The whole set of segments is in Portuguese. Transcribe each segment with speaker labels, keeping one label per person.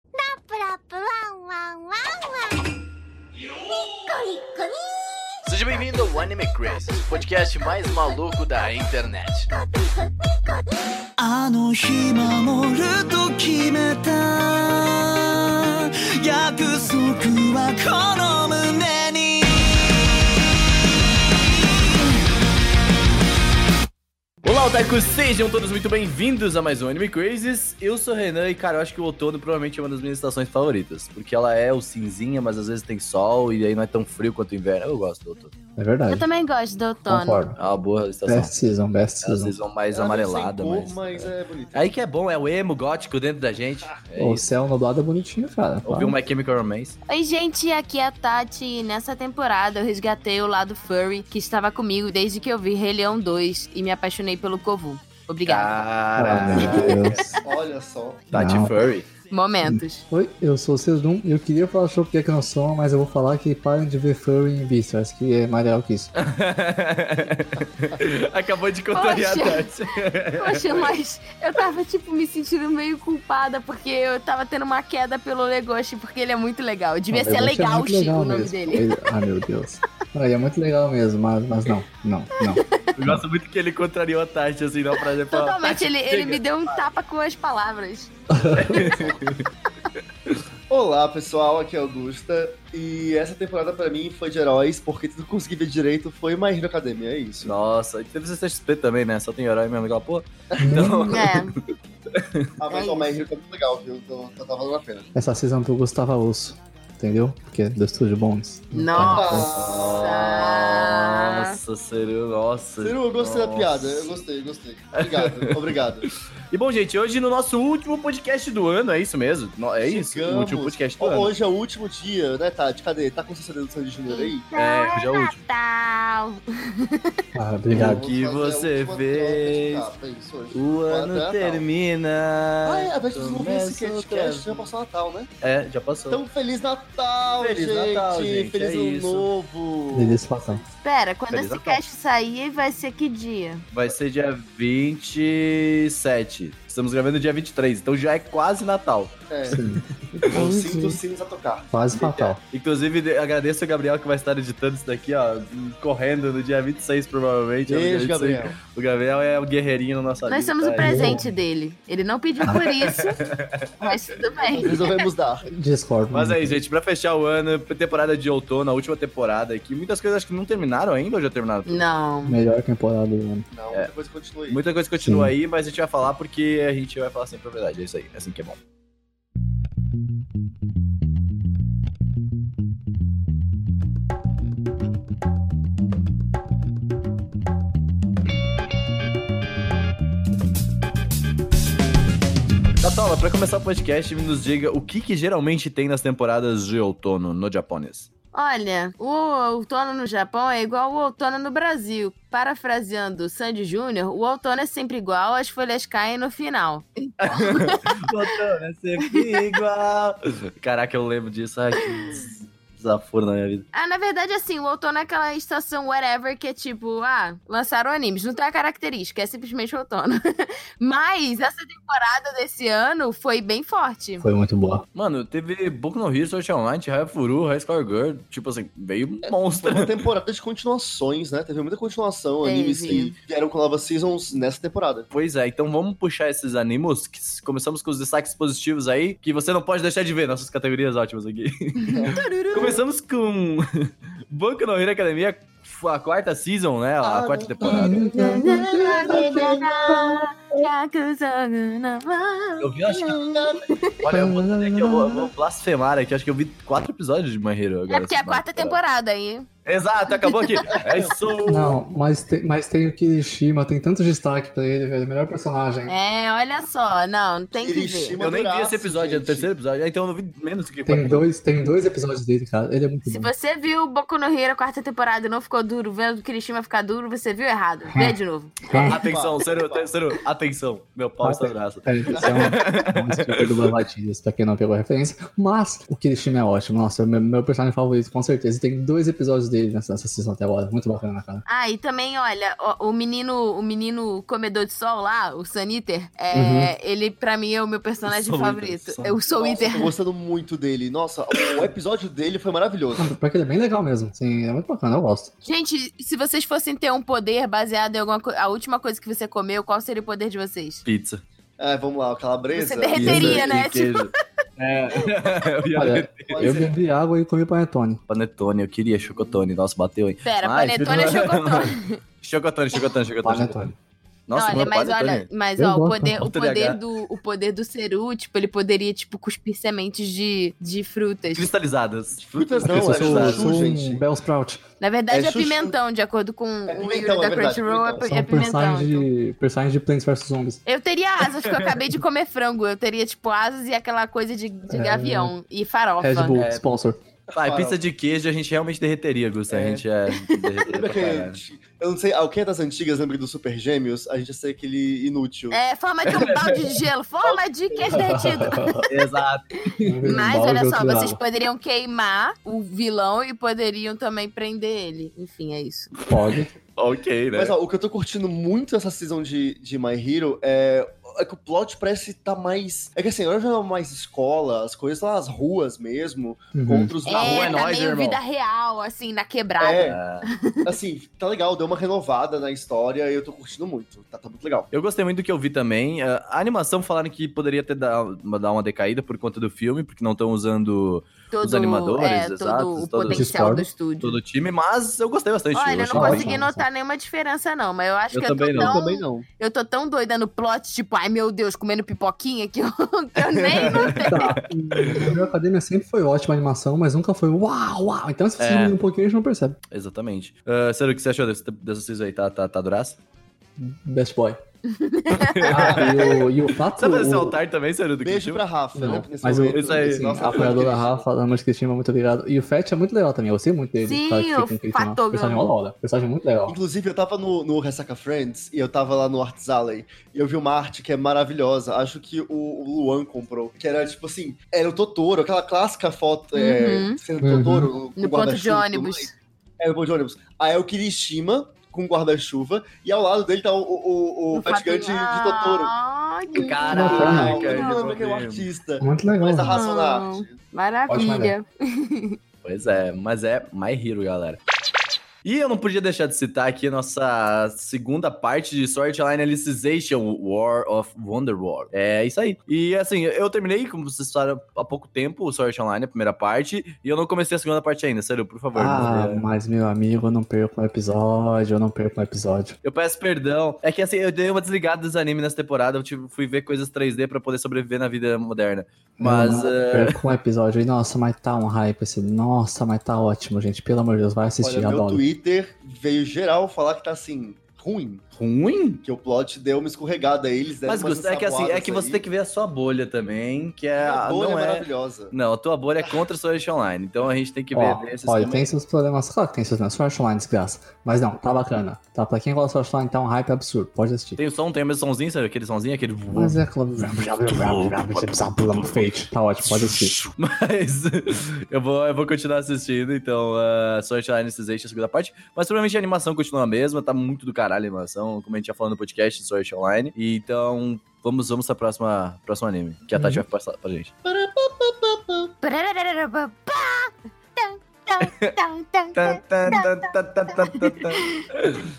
Speaker 1: ワープワンワンワンワンにっこりっこ
Speaker 2: Seja bem-vindo ao Anime Crazy, o podcast mais maluco da internet.
Speaker 3: あの日守ると決めた約束はこの胸に
Speaker 2: Olá, otakus! Sejam todos muito bem-vindos a mais um Anime Crazes. Eu sou o Renan e, cara, eu acho que o outono provavelmente é uma das minhas estações favoritas. Porque ela é o cinzinha, mas às vezes tem sol e aí não é tão frio quanto o inverno. Eu gosto do outono.
Speaker 4: É
Speaker 5: Eu
Speaker 4: verdade.
Speaker 5: também gosto do outono.
Speaker 4: Concordo.
Speaker 2: É uma boa estação.
Speaker 4: Best season, best
Speaker 2: Às
Speaker 4: season.
Speaker 2: vezes vão mais
Speaker 6: Ela não
Speaker 2: amarelada,
Speaker 6: sem cor,
Speaker 2: mas...
Speaker 6: mas é Ah. bonito.
Speaker 2: Aí que é bom, é o emo gótico dentro da gente. É
Speaker 4: o
Speaker 2: isso.
Speaker 4: céu nublado é bonitinho, cara.
Speaker 2: Ouviu o My Chemical Romance?
Speaker 5: Oi, gente, aqui é a Tati. e Nessa temporada eu resgatei o lado furry que estava comigo desde que eu vi Rei Leão 2 e me apaixonei pelo Kovu. Obrigada.
Speaker 4: Ah,
Speaker 2: Cara, Tá
Speaker 4: meu Deus.
Speaker 6: Olha só.
Speaker 2: Tati
Speaker 4: Não.
Speaker 2: Furry.
Speaker 5: Momentos.
Speaker 4: Oi, eu sou o Cesdum e eu queria falar sobre o que é que não são, mas eu vou falar que parem de ver Furry em Beastars, que é mais legal que isso.
Speaker 2: Acabou de contrariar a
Speaker 5: Poxa.
Speaker 2: Tati.
Speaker 5: Poxa, mas eu tava, tipo, me sentindo meio culpada porque eu tava tendo uma queda pelo Legoshi, porque ele é muito legal. Devia
Speaker 4: Não,
Speaker 5: ser
Speaker 4: eu achei
Speaker 5: legal,
Speaker 4: muito
Speaker 5: Chico, o nome
Speaker 4: mesmo.
Speaker 5: dele.
Speaker 4: Ele- Ah, meu Deus. Não, ele é muito legal mesmo, mas, mas não, não, não.
Speaker 2: Eu gosto muito que ele contrariou a Tati, assim, não pra
Speaker 4: tá-
Speaker 2: exemplo.
Speaker 5: Totalmente, ele, ele me deu um tapa com as palavras.
Speaker 6: Olá, pessoal, aqui é Augusta. E essa temporada pra mim foi de heróis, porque tudo que eu consegui ver direito foi My Hero Academia, é isso.
Speaker 2: Nossa, e teve CCXP também, né? Só tem herói mesmo aquela porra. Então,
Speaker 5: É,
Speaker 6: Ah, mas
Speaker 5: É
Speaker 6: ó, My Hero tá muito legal, viu? Então tá, tá valendo a pena.
Speaker 4: Essa season tu gostava osso, entendeu? Porque é do Estúdio Bones.
Speaker 5: nossa.
Speaker 2: nossa, Ciru, nossa.
Speaker 6: Ciro, eu gostei da
Speaker 2: nossa.
Speaker 6: piada, eu gostei, eu gostei. Obrigado, obrigado.
Speaker 2: E bom, gente, hoje no nosso último podcast do ano, é isso mesmo? No- É isso? O
Speaker 6: Chegamos.
Speaker 2: último podcast do
Speaker 6: Ó,
Speaker 2: ano.
Speaker 6: Hoje é o último dia, né, Tati? Cadê? Tá com certeza do Sandy de Janeiro aí?
Speaker 2: É, hoje é o último.
Speaker 5: Natal.
Speaker 4: Ah,
Speaker 2: É
Speaker 6: Eu
Speaker 4: obrigado.
Speaker 2: o
Speaker 6: vou
Speaker 2: que
Speaker 6: fazer a
Speaker 2: você
Speaker 6: última
Speaker 2: fez.
Speaker 6: troca de capa, é isso hoje.
Speaker 2: O
Speaker 6: Agora
Speaker 2: ano
Speaker 6: é Natal.
Speaker 2: termina.
Speaker 6: Ah, é, a vez que é vocês não viram esse
Speaker 2: começa outra
Speaker 6: podcast, já passou Natal, né?
Speaker 2: É, já passou.
Speaker 6: Então, Feliz Natal,
Speaker 2: Feliz
Speaker 6: gente!
Speaker 2: Natal, gente,
Speaker 6: Feliz
Speaker 2: é
Speaker 6: Ano
Speaker 2: isso.
Speaker 6: Novo!
Speaker 4: Delícia fatal.
Speaker 5: Pera, quando
Speaker 2: Feliz
Speaker 5: esse
Speaker 2: Natal.
Speaker 5: cast sair, vai ser que dia?
Speaker 2: Vai ser dia 27. Estamos gravando dia 23, então já é quase Natal.
Speaker 6: É,
Speaker 4: Sim,
Speaker 6: eu sinto os sinos a tocar.
Speaker 4: quase fatal.
Speaker 2: Inclusive, de- agradeço ao Gabriel que vai estar editando isso daqui, ó, correndo no dia 26, provavelmente.
Speaker 6: Beijo,
Speaker 2: Dia 26.
Speaker 6: Gabriel.
Speaker 2: O Gabriel é o guerreirinho na nossa
Speaker 5: Nós
Speaker 2: vida.
Speaker 5: somos o
Speaker 2: tá?
Speaker 5: presente dele. Ele não pediu por isso, mas tudo bem.
Speaker 6: Resolvemos dar.
Speaker 4: Discordo.
Speaker 2: Mas é isso, gente. Pra fechar o ano, temporada de outono, a última temporada aqui. Muitas coisas acho que não terminaram ainda ou já terminaram? tudo?
Speaker 5: Não.
Speaker 4: Melhor temporada do ano.
Speaker 6: Não, depois continue. aí.
Speaker 2: Muita coisa continua
Speaker 4: Sim.
Speaker 2: aí, mas a gente vai falar porque a gente vai falar sem propriedade. É isso aí, é assim que é bom. Tatola, pra começar o podcast, me nos diga o que que geralmente tem nas temporadas de outono no japonês.
Speaker 5: Olha, o outono no Japão é igual o outono no Brasil. Parafraseando Sandy Júnior, o outono é sempre igual, as folhas caem no final.
Speaker 2: outono é sempre igual. Caraca, eu lembro disso. Ai, que desaforo na minha vida.
Speaker 5: Ah, na verdade, assim, o outono é aquela estação whatever que é tipo, ah, lançaram animes. Não tem a característica, é simplesmente outono. Mas essa temporada desse ano foi bem forte.
Speaker 4: Foi muito boa.
Speaker 2: Mano, teve Boku no Hero, Sword Art Online, Furu, High Score Girl, tipo assim, veio um
Speaker 6: Foi
Speaker 2: monstro.
Speaker 6: uma temporada de continuações, né? Teve muita continuação,
Speaker 5: Teve.
Speaker 6: animes que vieram com novas seasons nessa temporada.
Speaker 2: Pois é, então vamos puxar esses animos, que s- começamos com os destaques positivos aí, que você não pode deixar de ver, nossas categorias ótimas aqui. começamos com Boku no Hero Academia, f- a quarta season, né, a
Speaker 6: Ah,
Speaker 2: quarta
Speaker 6: não.
Speaker 2: temporada. Eu vi, acho que... Olha, eu vou, dizer que eu vou, eu vou blasfemar aqui, acho que eu vi quatro episódios de My Hero agora.
Speaker 5: É porque é a quarta temporada aí.
Speaker 2: Exato, acabou aqui. É isso!
Speaker 4: Não, mas tem, mas tem o Kirishima, tem tanto destaque pra ele, velho. Melhor personagem.
Speaker 5: É, olha só. Não, tem que ver.
Speaker 6: Kirishima
Speaker 2: Eu nem vi
Speaker 6: duraço,
Speaker 2: esse episódio, é o
Speaker 6: gente.
Speaker 2: terceiro episódio, então eu não vi menos que
Speaker 4: Tem
Speaker 2: quatro.
Speaker 4: dois, tem dois episódios dele, cara. Ele é muito
Speaker 5: Se
Speaker 4: bom.
Speaker 5: você viu Boku no Hero, quarta temporada, e não ficou duro, vendo o Kirishima ficar duro, você viu errado.
Speaker 6: Hum.
Speaker 5: Vê de novo.
Speaker 4: Ah,
Speaker 2: Atenção, sério, te- sério, atenção. Meu pau está braço.
Speaker 4: é, isso é um- um stripper do Bavatidas, pra quem não pegou a referência. Mas o Kirishima é ótimo. Nossa, é o meu, meu personagem favorito, com certeza. Tem dois episódios dele nessa, nessa season até agora. Muito bacana, cara.
Speaker 5: Ah, e também, olha, o, o menino, o menino comedor de sol lá, o Saniter, é, ele pra mim é o meu personagem
Speaker 2: Soul Eater,
Speaker 5: favorito.
Speaker 2: Soul-
Speaker 5: Eu sou o
Speaker 6: Uhum. Nossa,
Speaker 5: Iter.
Speaker 6: tô gostando muito dele. Nossa, o episódio dele foi maravilhoso.
Speaker 4: Não, Pior que ele é bem legal mesmo. Sim, é muito bacana, eu gosto.
Speaker 5: Gente, se vocês fossem ter um poder baseado em alguma coisa, a última coisa que você comeu, qual seria o poder de vocês?
Speaker 2: Pizza.
Speaker 6: Ah, vamos lá, o calabresa.
Speaker 5: Você derreteria,
Speaker 2: Pizza
Speaker 5: né?
Speaker 2: e queijo. É, eu ia
Speaker 4: Olha,
Speaker 2: derreter.
Speaker 4: Eu
Speaker 6: Pode ser.
Speaker 4: bebi água e comi panetone.
Speaker 2: Panetone, eu queria chocotone. Nossa, bateu, hein?
Speaker 5: Pera,
Speaker 2: Ai,
Speaker 5: panetone ou
Speaker 2: tudo-
Speaker 5: chocotone?
Speaker 2: Chocotone, chocotone, chocotone.
Speaker 4: Panetone.
Speaker 2: Nossa,
Speaker 5: olha,
Speaker 2: mano,
Speaker 5: mas
Speaker 2: panetone.
Speaker 5: olha, mas
Speaker 4: Eu
Speaker 5: ó, o
Speaker 4: gosto,
Speaker 5: poder,
Speaker 2: né?
Speaker 5: o
Speaker 2: O TDAH.
Speaker 5: poder do o poder do Seru, tipo, ele poderia tipo cuspir sementes de, de frutas.
Speaker 2: Cristalizadas.
Speaker 6: Frutas
Speaker 4: Porque
Speaker 6: não,
Speaker 4: eu
Speaker 6: é
Speaker 4: sou, eu
Speaker 6: chuchu,
Speaker 4: sou um
Speaker 6: gente.
Speaker 4: Bell Sprout.
Speaker 5: Na verdade
Speaker 6: É
Speaker 5: é,
Speaker 6: chuchu.
Speaker 5: pimentão, de acordo com o Yuri
Speaker 6: pimentão, é
Speaker 5: da
Speaker 6: verdade,
Speaker 5: Crunchyroll, é,
Speaker 6: pimentão.
Speaker 4: São
Speaker 5: é pimentão.
Speaker 4: personagens de, personagens de Plants vs Zombies.
Speaker 5: Eu teria asas, porque eu acabei de comer frango. Eu teria, tipo, asas e aquela coisa de, de
Speaker 4: É.
Speaker 5: gavião e farofa.
Speaker 4: Red Bull,
Speaker 2: É.
Speaker 4: sponsor.
Speaker 2: Pai, pizza de queijo a gente realmente derreteria, Gusta. A
Speaker 6: É.
Speaker 2: gente é. derreteria
Speaker 6: Lembra
Speaker 2: pra
Speaker 6: que
Speaker 2: caralho.
Speaker 6: eu não sei, ah, alguém é das antigas lembra do Super Gêmeos? A gente ia ser aquele inútil.
Speaker 5: É, forma de um balde de gelo, forma de queijo derretido.
Speaker 2: Exato.
Speaker 4: Um
Speaker 5: Mas
Speaker 4: balde,
Speaker 5: olha só,
Speaker 4: outro
Speaker 5: vocês
Speaker 4: água.
Speaker 5: poderiam queimar o vilão e poderiam também prender ele. Enfim, é isso.
Speaker 4: Pode.
Speaker 2: ok, né?
Speaker 6: Mas ó, o que eu tô curtindo muito nessa season de, de My Hero é, é que o plot parece tá mais. É que assim, agora já não é mais escola, as coisas tá lá nas ruas mesmo,
Speaker 4: Uhum.
Speaker 6: contra os
Speaker 5: É,
Speaker 2: Na rua é
Speaker 5: tá
Speaker 2: nóis,
Speaker 5: meio
Speaker 2: irmão.
Speaker 5: vida real, assim, na quebrada.
Speaker 6: É.
Speaker 2: Ah,
Speaker 6: Assim, tá legal, deu uma renovada na história e eu tô curtindo muito. Tá, tá muito legal.
Speaker 2: Eu gostei muito do que eu vi também. Ah, A animação falaram que poderia ter dar uma, dar uma decaída por conta do filme, porque não estão usando
Speaker 5: Todo,
Speaker 2: Os animadores,
Speaker 5: é,
Speaker 2: exatos,
Speaker 5: todo o
Speaker 2: todos.
Speaker 5: potencial do
Speaker 4: Discordo.
Speaker 5: estúdio.
Speaker 2: todo o time, mas eu gostei bastante.
Speaker 5: Olha, eu
Speaker 2: achei
Speaker 5: não
Speaker 2: bem.
Speaker 5: consegui notar nenhuma diferença, não, mas eu acho
Speaker 2: Eu
Speaker 5: que eu tô,
Speaker 2: também não.
Speaker 5: tão,
Speaker 2: Eu
Speaker 6: não.
Speaker 5: eu tô tão doida no plot, tipo, ai meu Deus, comendo pipoquinha que eu, que eu nem notei.
Speaker 4: Tá. Hum, Meu Academia sempre foi ótima a animação, mas nunca foi uau, uau. Então se você
Speaker 2: É.
Speaker 4: diminuir um pouquinho, a gente não percebe.
Speaker 2: Exatamente. Ah, Sério, o que você achou dessa, dessa season aí? Tá, tá, tá duraça?
Speaker 4: Best Boy. ah, e o, e o fato...
Speaker 2: Sabe fazer esse
Speaker 4: o-
Speaker 2: altar também, Sério? Do
Speaker 6: Beijo
Speaker 2: Kishima?
Speaker 6: pra Rafa,
Speaker 4: Não,
Speaker 6: né? Nesse
Speaker 4: mas o-
Speaker 6: momento,
Speaker 2: isso aí,
Speaker 6: assim,
Speaker 4: Sim,
Speaker 6: nossa,
Speaker 4: a apoiadora
Speaker 6: foi
Speaker 4: Rafa, da Mãos Cristina, muito obrigado. E o Fett é muito legal também, eu gostei muito dele.
Speaker 5: Sim,
Speaker 4: cara, que fica
Speaker 5: o
Speaker 4: com Cristina.
Speaker 5: Fato, meu
Speaker 4: Personagem
Speaker 5: amor.
Speaker 4: uma hora. Personagem muito legal.
Speaker 6: Inclusive, eu tava no, no Ressaca Friends e eu tava lá no Arts Alley. E eu vi uma arte que é maravilhosa. Acho que o, o Luan comprou. Que era tipo assim: era o Totoro, aquela clássica foto
Speaker 5: Uhum.
Speaker 6: é, sendo
Speaker 4: Uhum.
Speaker 6: Totoro. com
Speaker 5: No ponto de
Speaker 6: guarda-chuva e tudo
Speaker 5: ônibus.
Speaker 6: mais. É, no ponto de ônibus. Aí é o Kirishima com guarda-chuva. E ao lado dele tá o, o, o,
Speaker 5: No
Speaker 6: Fat Gun de, de Totoro.
Speaker 5: Ah, Ai, que
Speaker 4: Caraca,
Speaker 6: Ah, eu não lembro quem é o artista.
Speaker 4: Muito legal.
Speaker 6: Mas tá a
Speaker 4: né?
Speaker 6: razão da arte.
Speaker 4: Ótima
Speaker 5: Maravilha.
Speaker 4: ideia.
Speaker 2: Pois é, mas é My Hero, galera. E eu não podia deixar de citar aqui a nossa segunda parte de Storyline Alicization, War of Wonder War. É isso aí. E assim, eu terminei, como vocês falaram, há pouco tempo o Sword Art Online, a primeira parte, e eu não comecei a segunda parte ainda, sério, por favor.
Speaker 4: Ah,
Speaker 2: não-
Speaker 4: mas meu amigo, eu não perco um episódio, eu não perco um episódio.
Speaker 2: Eu peço perdão. É que assim, eu dei uma desligada dos animes nessa temporada, eu tive- fui ver coisas 3D pra poder sobreviver na vida moderna.
Speaker 4: um
Speaker 2: Mas.
Speaker 4: Eu não
Speaker 2: eh,
Speaker 4: perco um episódio. E nossa, mas tá um hype esse. Nossa, mas tá ótimo, gente. Pelo amor de Deus, vai assistir,
Speaker 6: Olha, meu
Speaker 4: adoro.
Speaker 6: Twitter veio geral falar que tá assim, ruim.
Speaker 2: Ruim?
Speaker 6: Que o plot deu uma escorregada aí, eles deram
Speaker 2: Mas,
Speaker 6: umas
Speaker 2: Gusto, é que assim, é
Speaker 6: ensaboadas
Speaker 2: que você
Speaker 6: aí.
Speaker 2: tem que ver a sua bolha também, que é.
Speaker 6: A bolha
Speaker 2: não
Speaker 6: é
Speaker 2: é.
Speaker 6: maravilhosa.
Speaker 2: Não, a tua bolha é contra o Sword Art Online, então a gente tem que assim, ver,
Speaker 4: Ó,
Speaker 2: ver esses
Speaker 4: olha,
Speaker 2: também.
Speaker 4: tem seus problemas, claro que tem seus problemas. Sword Art Online, desgraça. Mas não, tá bacana. Tá, pra quem gosta de Sword Art Online, tá um hype absurdo. Pode assistir.
Speaker 2: Tem o som, tem o mesmo somzinho, sabe? Aquele somzinho, aquele.
Speaker 4: Mas é aquela. Você precisa pular no fate. Tá ótimo, pode assistir.
Speaker 2: Mas eu, vou, eu vou continuar assistindo, então, uh, Sword Art Online Alicization, a segunda parte. Mas provavelmente a animação continua a mesma, tá muito do caralho a animação, como a gente já falou no podcast de Sword Art Online. E, então, vamos, vamos pra próxima, próximo anime, que a Tati
Speaker 5: Uhum.
Speaker 2: vai passar pra gente.
Speaker 5: Pararararabá.
Speaker 1: Tan, tan, tan.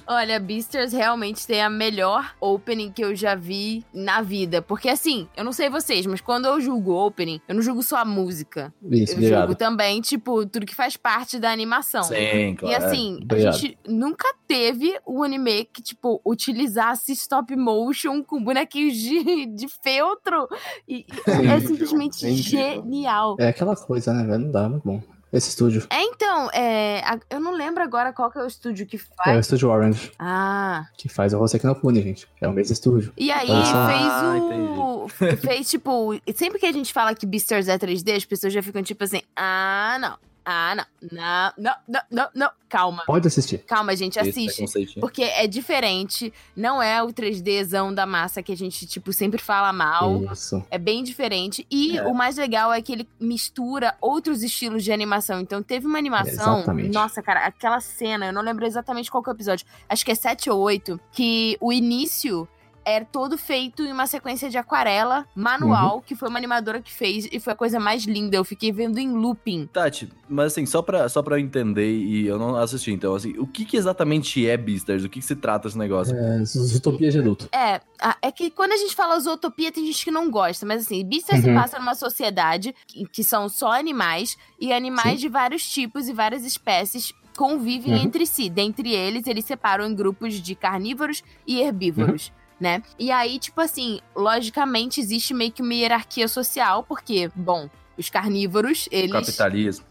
Speaker 5: Olha, Beasters realmente tem a melhor opening que eu já vi na vida. Porque assim, eu não sei vocês, mas quando eu julgo opening, eu não julgo só a música.
Speaker 4: Isso,
Speaker 5: eu
Speaker 4: obrigado.
Speaker 5: julgo também, tipo, tudo que faz parte da animação.
Speaker 2: Sim,
Speaker 5: E
Speaker 2: claro.
Speaker 5: assim, a
Speaker 4: Obrigado.
Speaker 5: gente nunca teve um anime que, tipo, utilizasse stop motion com bonequinhos de, de feltro. E e é
Speaker 6: incrível,
Speaker 5: simplesmente
Speaker 6: é incrível.
Speaker 5: genial.
Speaker 4: É aquela coisa, né, velho? Não dá, é muito bom. Esse estúdio.
Speaker 5: É, então, é, a- eu não lembro agora qual que é o estúdio que
Speaker 4: É o
Speaker 5: faz.
Speaker 4: estúdio Orange,
Speaker 5: Ah.
Speaker 4: que faz o Rosek no Kune, gente. É o mesmo estúdio.
Speaker 5: E aí
Speaker 2: Ah,
Speaker 5: fez o. Fez tipo. Sempre que a gente fala que Beastars é 3D, as pessoas já ficam tipo assim: ah, não. Ah, não. Não, não, não, não, não. Calma.
Speaker 4: Pode assistir.
Speaker 5: Calma, gente,
Speaker 2: Esse é
Speaker 5: assiste.
Speaker 2: preconceitinho.
Speaker 5: Porque é diferente, não é o 3Dzão da massa que a gente, tipo, sempre fala mal.
Speaker 4: Isso.
Speaker 5: É bem diferente. E
Speaker 2: É.
Speaker 5: o mais legal é que ele mistura outros estilos de animação. Então teve uma animação.
Speaker 4: Exatamente.
Speaker 5: Nossa, cara, aquela cena, eu não lembro exatamente qual que é o episódio. Acho que é 7 ou 8, que o início é todo feito em uma sequência de aquarela manual, que foi uma animadora que fez e foi a coisa mais linda. Eu fiquei vendo em looping.
Speaker 2: Tati, mas assim, só pra, só pra eu entender e eu não assisti, então, assim, o que, que exatamente é Beastars? Do que, que se trata esse negócio?
Speaker 4: É, Utopia de adulto.
Speaker 5: É, a- é que quando a gente fala zootopia, tem gente que não gosta, mas assim, Beastars se
Speaker 4: Uhum.
Speaker 5: passa numa sociedade que, que são só animais, e animais de vários tipos e várias espécies convivem
Speaker 4: Uhum.
Speaker 5: entre si. Dentre eles, eles separam em grupos de carnívoros e herbívoros.
Speaker 4: Uhum.
Speaker 5: Né? E aí, tipo assim, logicamente existe meio que uma hierarquia social, porque, bom, os carnívoros, eles
Speaker 2: Capitalismo.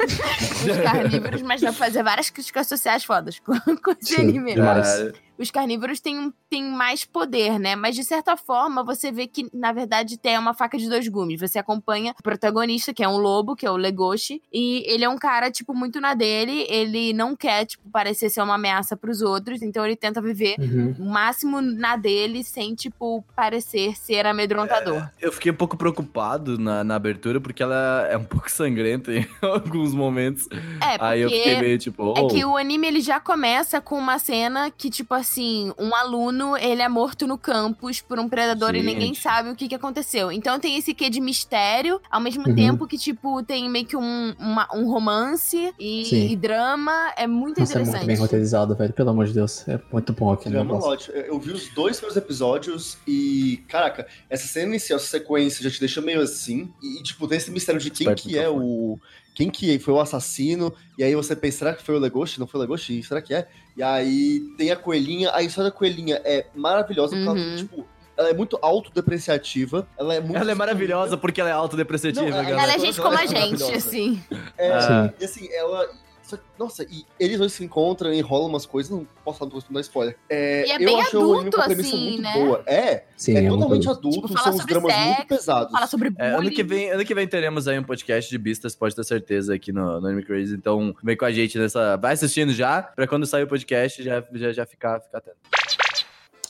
Speaker 5: os carnívoros, mas dá pra fazer várias críticas sociais fodas com, com esse
Speaker 4: Sim,
Speaker 5: anime.
Speaker 4: demais.
Speaker 2: Cara,
Speaker 5: Os carnívoros têm, um, têm mais poder, né? Mas de certa forma, você vê que, na verdade, tem uma faca de dois gumes. Você acompanha o protagonista, que é um lobo, que é o Legoshi, e ele é um cara, tipo, muito na dele. Ele não quer, tipo, parecer ser uma ameaça pros outros, então ele tenta viver.
Speaker 4: Uhum.
Speaker 5: O máximo na dele, sem, tipo, parecer ser amedrontador.
Speaker 2: eu fiquei um pouco preocupado na, na abertura, porque ela é um pouco sangrenta em alguns momentos.
Speaker 5: É, porque
Speaker 2: Aí eu fiquei meio tipo, oh,
Speaker 5: É que o anime ele já começa com uma cena que, tipo assim, um aluno ele é morto no campus por um predador e
Speaker 2: Gente.
Speaker 5: ninguém sabe o que, que aconteceu. Então tem esse quê de mistério, ao mesmo
Speaker 4: Uhum.
Speaker 5: tempo que, tipo, tem meio que um, uma- um romance e,
Speaker 4: Sim.
Speaker 5: e drama. É muito
Speaker 4: Nossa, é muito
Speaker 5: interessante.
Speaker 4: bem roteirizado, velho. Pelo amor de Deus. É muito bom aquele
Speaker 6: Drama
Speaker 4: negócio.
Speaker 6: Lot. Eu eu vi os dois primeiros episódios e, caraca, essa cena inicial, essa sequência já te deixa meio assim. E, tipo, tem esse mistério de quem
Speaker 2: Esperto
Speaker 6: que é o. Quem que é? foi o assassino? E aí você pensa, será que foi o Legoshi? Não foi o Legoshi? Será que é? E aí tem a coelhinha. A história da coelhinha é maravilhosa porque
Speaker 5: Uhum.
Speaker 6: ela, tipo, ela é muito autodepreciativa. Ela é muito.
Speaker 2: ela é maravilhosa porque ela é autodepreciativa,
Speaker 6: Não,
Speaker 2: galera.
Speaker 5: Ela é gente como a gente,
Speaker 6: Maravilhosa.
Speaker 5: assim.
Speaker 6: É,
Speaker 4: Ah.
Speaker 6: E assim, ela. só que, Nossa, e eles dois se encontram, enrolam umas coisas, não posso falar do não dar spoiler. É,
Speaker 5: E é
Speaker 6: eu
Speaker 5: bem
Speaker 6: achei o anime
Speaker 5: adulto,
Speaker 6: com uma premissa
Speaker 5: assim,
Speaker 6: muito
Speaker 5: né?
Speaker 6: boa. É,
Speaker 4: Sim,
Speaker 6: é,
Speaker 4: é muito
Speaker 6: totalmente
Speaker 4: bom.
Speaker 6: adulto,
Speaker 5: Tipo, fala
Speaker 6: são uns
Speaker 5: sobre
Speaker 6: dramas
Speaker 5: sexo,
Speaker 6: muito pesados.
Speaker 5: Fala sobre
Speaker 2: É,
Speaker 5: bullying.
Speaker 2: ano, que vem, ano que vem teremos aí um podcast de Beastars, pode ter certeza, aqui no, no Anime Crazy. Então, vem com a gente nessa. Vai assistindo já, pra quando sair o podcast já, já, já ficar, ficar atento.